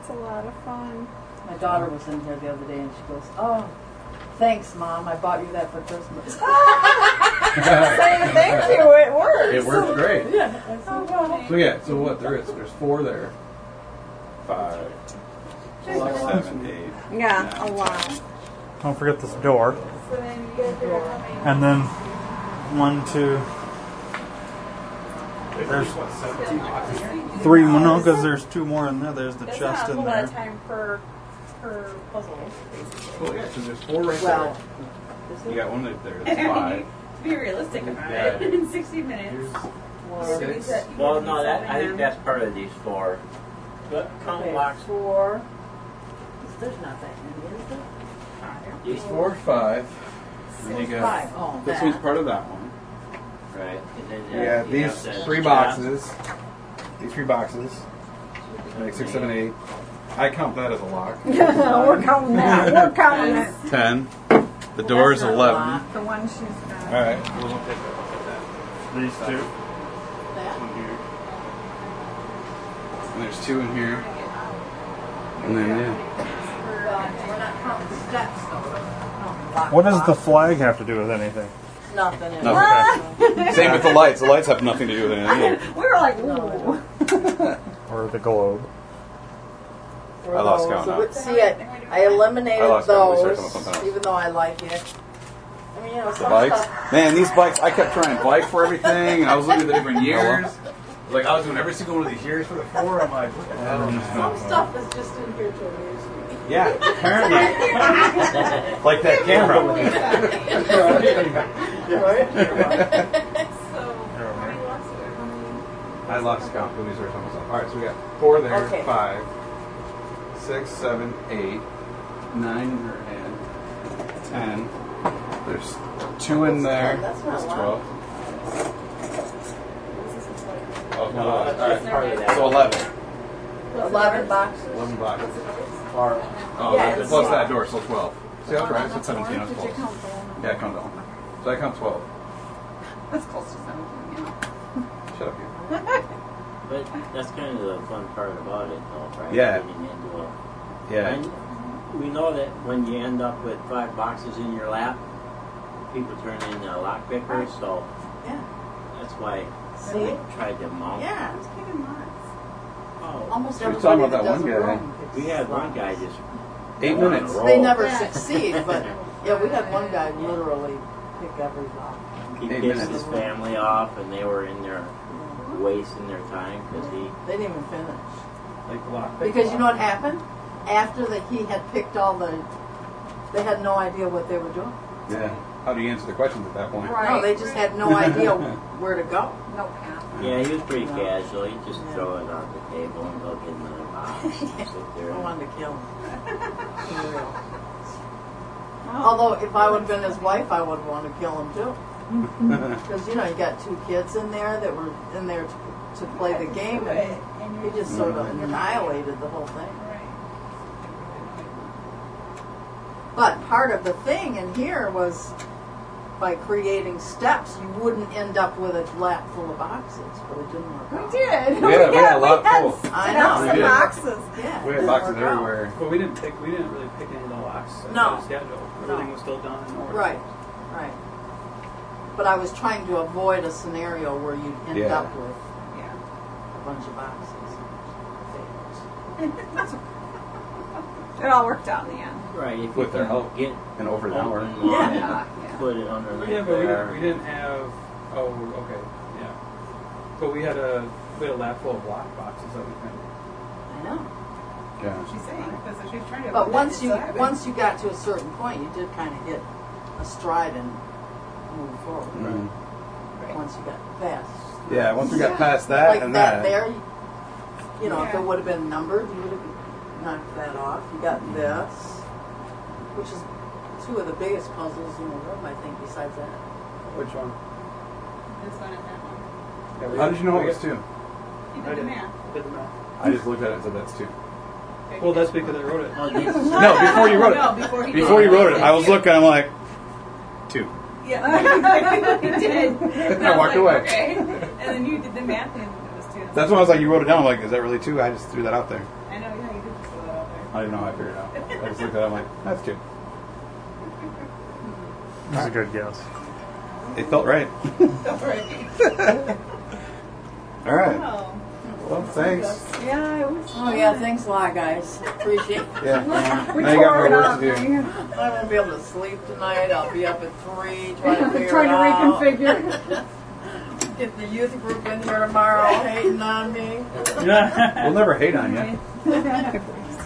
Speaker 10: It's a lot of fun.
Speaker 1: My daughter was in here the other day and she goes, Oh, thanks, Mom. I bought you that for Christmas.
Speaker 10: Say thank you. It works.
Speaker 4: It worked great.
Speaker 1: yeah. I said, "Well,
Speaker 4: So yeah, so what there is? There's four there. Five, six, seven, eight.
Speaker 10: Yeah, a lot.
Speaker 2: Don't forget this door.
Speaker 30: So then you guys figure out how many.
Speaker 2: And then one, two,
Speaker 22: There's what, 17 boxes here?
Speaker 2: three. No, because there's two more in there. There's the
Speaker 8: That's
Speaker 2: chest
Speaker 8: not a
Speaker 2: in
Speaker 8: whole lot of
Speaker 2: there.
Speaker 8: time per, per puzzle, basically.
Speaker 4: Well, yeah, 'cause there's four right
Speaker 1: Well,
Speaker 4: there. You got one right there.
Speaker 8: I
Speaker 4: That's
Speaker 8: mean,
Speaker 4: five.
Speaker 8: To be realistic about it,
Speaker 4: Yeah.
Speaker 8: in 60 minutes.
Speaker 1: Four.
Speaker 8: you
Speaker 4: Six.
Speaker 8: said- you
Speaker 16: Well,
Speaker 8: said
Speaker 16: no, that I
Speaker 8: seven.
Speaker 16: think that's part of these four. But count
Speaker 1: okay,
Speaker 16: blocks.
Speaker 1: Four. There's not that many, is there?
Speaker 4: There's four, five. And you
Speaker 1: There's
Speaker 4: got
Speaker 1: five. Oh,
Speaker 4: this
Speaker 1: that.
Speaker 4: one's part of that one.
Speaker 16: Right. And then uh,
Speaker 4: You
Speaker 16: there-
Speaker 4: got
Speaker 16: you
Speaker 4: these
Speaker 16: have that
Speaker 4: three
Speaker 16: job.
Speaker 4: boxes. These three boxes. Like six, seven, eight. I count that as a lock.
Speaker 10: We're counting that. We're counting it.
Speaker 4: Ten. The door is eleven.
Speaker 10: The one she's got.
Speaker 4: All right.
Speaker 22: We'll take a look at that. These two. This one here.
Speaker 4: And there's two in here. And then yeah.
Speaker 1: Well, we're not counting steps, though. We're counting block-
Speaker 2: What does the
Speaker 1: blocks.
Speaker 2: flag have to do with anything?
Speaker 1: Nothing. is-
Speaker 4: Nothing. Same with the lights. The lights have nothing to do with anything.
Speaker 10: We were like, ooh.
Speaker 2: Or the globe?
Speaker 31: were
Speaker 2: I lost
Speaker 31: those.
Speaker 2: count now.
Speaker 1: But see, I, I
Speaker 2: I
Speaker 1: eliminated
Speaker 2: lost count. We started talking
Speaker 1: those,
Speaker 2: about something else.
Speaker 1: even though I like it. I mean, you know,
Speaker 4: The
Speaker 1: some
Speaker 4: bikes?
Speaker 1: stuff.
Speaker 4: Man, these bikes, I kept trying bike for everything, and I was looking at the different years. Like, I was doing every single one of these years for the four. I'm like, what the hell is this?
Speaker 1: Some stuff is just in here to amuse me.
Speaker 4: Yeah, apparently. like that camera. I lost count. Who these are some of them. All right, so we got four there,
Speaker 1: Okay.
Speaker 4: five, six, seven, eight, nine in her hand, ten. There's two in there.
Speaker 1: That's not
Speaker 4: That's
Speaker 1: a lot.
Speaker 4: twelve. Oh,
Speaker 16: No,
Speaker 4: no, all
Speaker 16: that's
Speaker 4: right.
Speaker 16: just part of that.
Speaker 4: So eleven.
Speaker 1: Eleven boxes.
Speaker 4: Eleven boxes. Oh,
Speaker 1: Yeah,
Speaker 4: that-
Speaker 1: it's
Speaker 4: plus that
Speaker 1: twelve.
Speaker 4: door, so twelve. See, that's right. So seventeen. That's twelve. Yeah, count that one. So I count twelve.
Speaker 8: That's close to seventeen, yeah.
Speaker 4: Shut up, you.
Speaker 16: But that's kind of the fun part about it, though, right?
Speaker 4: Yeah.
Speaker 16: Getting into a-
Speaker 4: Yeah.
Speaker 16: And we know that when you end up with five boxes in your lap, people turn into lock pickers, so
Speaker 1: Yeah.
Speaker 16: that's why
Speaker 1: See?
Speaker 16: we tried to mount.
Speaker 1: Yeah, I was picking lots.
Speaker 16: Oh.
Speaker 1: Almost
Speaker 4: You're
Speaker 1: everybody
Speaker 4: talking about
Speaker 1: that
Speaker 4: that
Speaker 1: does
Speaker 4: one
Speaker 1: a
Speaker 4: guy.
Speaker 1: room picks
Speaker 16: We had one
Speaker 1: lots.
Speaker 16: guy just
Speaker 4: Eight
Speaker 16: went on a
Speaker 4: minutes.
Speaker 16: roll.
Speaker 1: They never succeed, but yeah, we had one guy literally pick every lot.
Speaker 16: he
Speaker 4: Eight
Speaker 16: pissed
Speaker 4: minutes.
Speaker 16: his family off, and they were in there wasting their time because he
Speaker 1: They didn't even finish.
Speaker 4: Like lock.
Speaker 1: Because you know what happened? After that, he had picked all the. They had no idea what they were doing.
Speaker 4: Yeah. How do you answer the questions at that point?
Speaker 1: No, they just had no idea where to go.
Speaker 8: No path.
Speaker 16: Yeah, he was pretty casual. He just throw it on the table and go get another box. and sit there.
Speaker 1: I wanted to kill him. For real. Although, if I would have been his wife, I would have wanted to kill him too. Because you know, you got two kids in there that were in there to, to play the game, and he just sort of annihilated the whole thing. But part of the thing in here was by creating steps, you wouldn't end up with a lap full of boxes, but it didn't work out.
Speaker 10: We did.
Speaker 4: we had a lot
Speaker 10: we had
Speaker 4: full.
Speaker 10: s-
Speaker 1: I know.
Speaker 10: lots of
Speaker 1: We did.
Speaker 10: boxes.
Speaker 1: Yeah.
Speaker 4: We
Speaker 1: it didn't
Speaker 4: had boxes
Speaker 1: work out.
Speaker 4: everywhere.
Speaker 5: But we didn't pick. We didn't really pick any of the locks. as
Speaker 1: No.
Speaker 5: of Schedule. Everything was still done in order.
Speaker 1: Right, right. But I was trying to avoid a scenario where you'd end
Speaker 4: Yeah.
Speaker 1: up with a bunch of boxes.
Speaker 10: It all worked out in the end.
Speaker 16: Right, if
Speaker 4: With
Speaker 16: you
Speaker 4: their
Speaker 16: can
Speaker 4: help.
Speaker 16: get
Speaker 4: And over the hour.
Speaker 16: open lawn and
Speaker 10: Yeah.
Speaker 16: put it underneath
Speaker 5: Yeah, but we
Speaker 16: there.
Speaker 5: didn't, we didn't have. Oh, okay. Yeah. But we had a we had a lap full of lock boxes that we found.
Speaker 1: I know.
Speaker 4: Yeah.
Speaker 8: She's saying, that's what she's trying to.
Speaker 1: But once you,
Speaker 8: decide.
Speaker 1: once you got to a certain point, you did kind of get a stride and move forward.
Speaker 4: Mhm.
Speaker 1: Once you got past.
Speaker 4: Yeah. Once we got past that
Speaker 1: like
Speaker 4: and
Speaker 1: that,
Speaker 4: that.
Speaker 1: there, you- you know, if it would have been numbered, you would have knocked that off. You got
Speaker 4: Mm-hmm.
Speaker 1: this, which is two of the biggest puzzles in the room, I think, besides that.
Speaker 5: Which one?
Speaker 8: This one and that one.
Speaker 5: Yeah, we-
Speaker 4: How did you know
Speaker 5: we
Speaker 4: it was
Speaker 5: got-
Speaker 4: two?
Speaker 8: You
Speaker 5: I
Speaker 8: did the
Speaker 5: did.
Speaker 8: math.
Speaker 5: I did the math.
Speaker 4: I just looked at it and said that's two.
Speaker 5: Well, that's because I wrote it.
Speaker 16: Oh, this-
Speaker 4: No, before you wrote
Speaker 8: No,
Speaker 4: it.
Speaker 8: before he
Speaker 4: Before
Speaker 8: did.
Speaker 4: you wrote it, I was looking. I'm like, two.
Speaker 8: Yeah, he did. And
Speaker 4: I
Speaker 8: was
Speaker 4: walked
Speaker 8: like,
Speaker 4: away.
Speaker 8: Okay. And then you did the math and it was two.
Speaker 4: That's why I was like, you wrote it down. I'm like, is that really two? I just threw that out there.
Speaker 8: I know, yeah, you did just throw that out there.
Speaker 4: I didn't know how I figured it out. I just looked at it. I'm like, that's two.
Speaker 32: That's a good guess.
Speaker 4: It felt right.
Speaker 8: Don't worry.
Speaker 4: Mm. All right.
Speaker 8: Oh.
Speaker 4: Well, thanks.
Speaker 10: Yeah, it was.
Speaker 1: Oh yeah, thanks a lot, guys. Appreciate. it.
Speaker 4: Yeah.
Speaker 10: We
Speaker 4: Now you got
Speaker 10: tore
Speaker 4: more
Speaker 10: it
Speaker 4: work
Speaker 10: up.
Speaker 4: to do.
Speaker 1: I won't be able to sleep tonight. I'll be up at three trying to figure it out.
Speaker 10: Trying to reconfigure.
Speaker 1: Get the youth group in here tomorrow, hating on me.
Speaker 4: We'll never hate on you.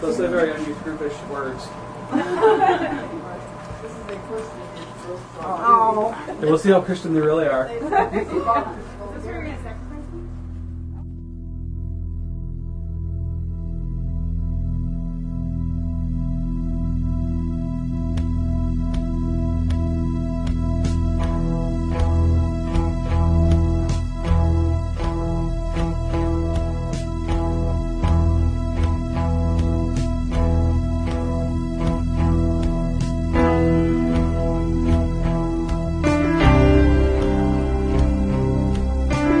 Speaker 5: Those are very ungroupish words.
Speaker 1: This is the first thing that's so far.
Speaker 10: Oh.
Speaker 5: And we'll see how Christian they really are.
Speaker 8: Is this where you're gonna sacrifice me?
Speaker 33: Thank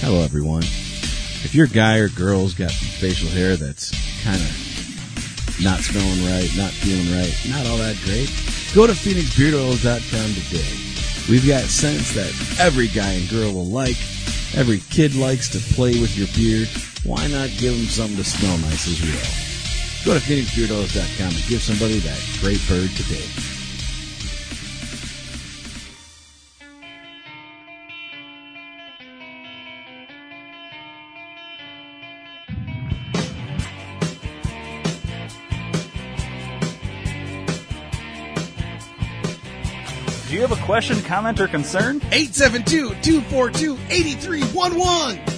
Speaker 4: Hello, everyone. If your guy or girl's got facial hair that's kind of not smelling right, not feeling right, not all that great, go to PhoenixBeardOils.com today. We've got scents that every guy and girl will like. Every kid likes to play with your beard. Why not give them something to smell nice as well? Go to PhoenixBeardOils.com and give somebody that great bird today.
Speaker 2: Do you have a question, comment, or concern?
Speaker 4: 872 242 8311.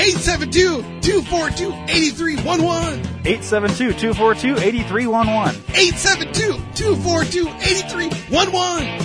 Speaker 4: 872 242 8311.
Speaker 2: 872 242 8311.
Speaker 4: 872 242 8311.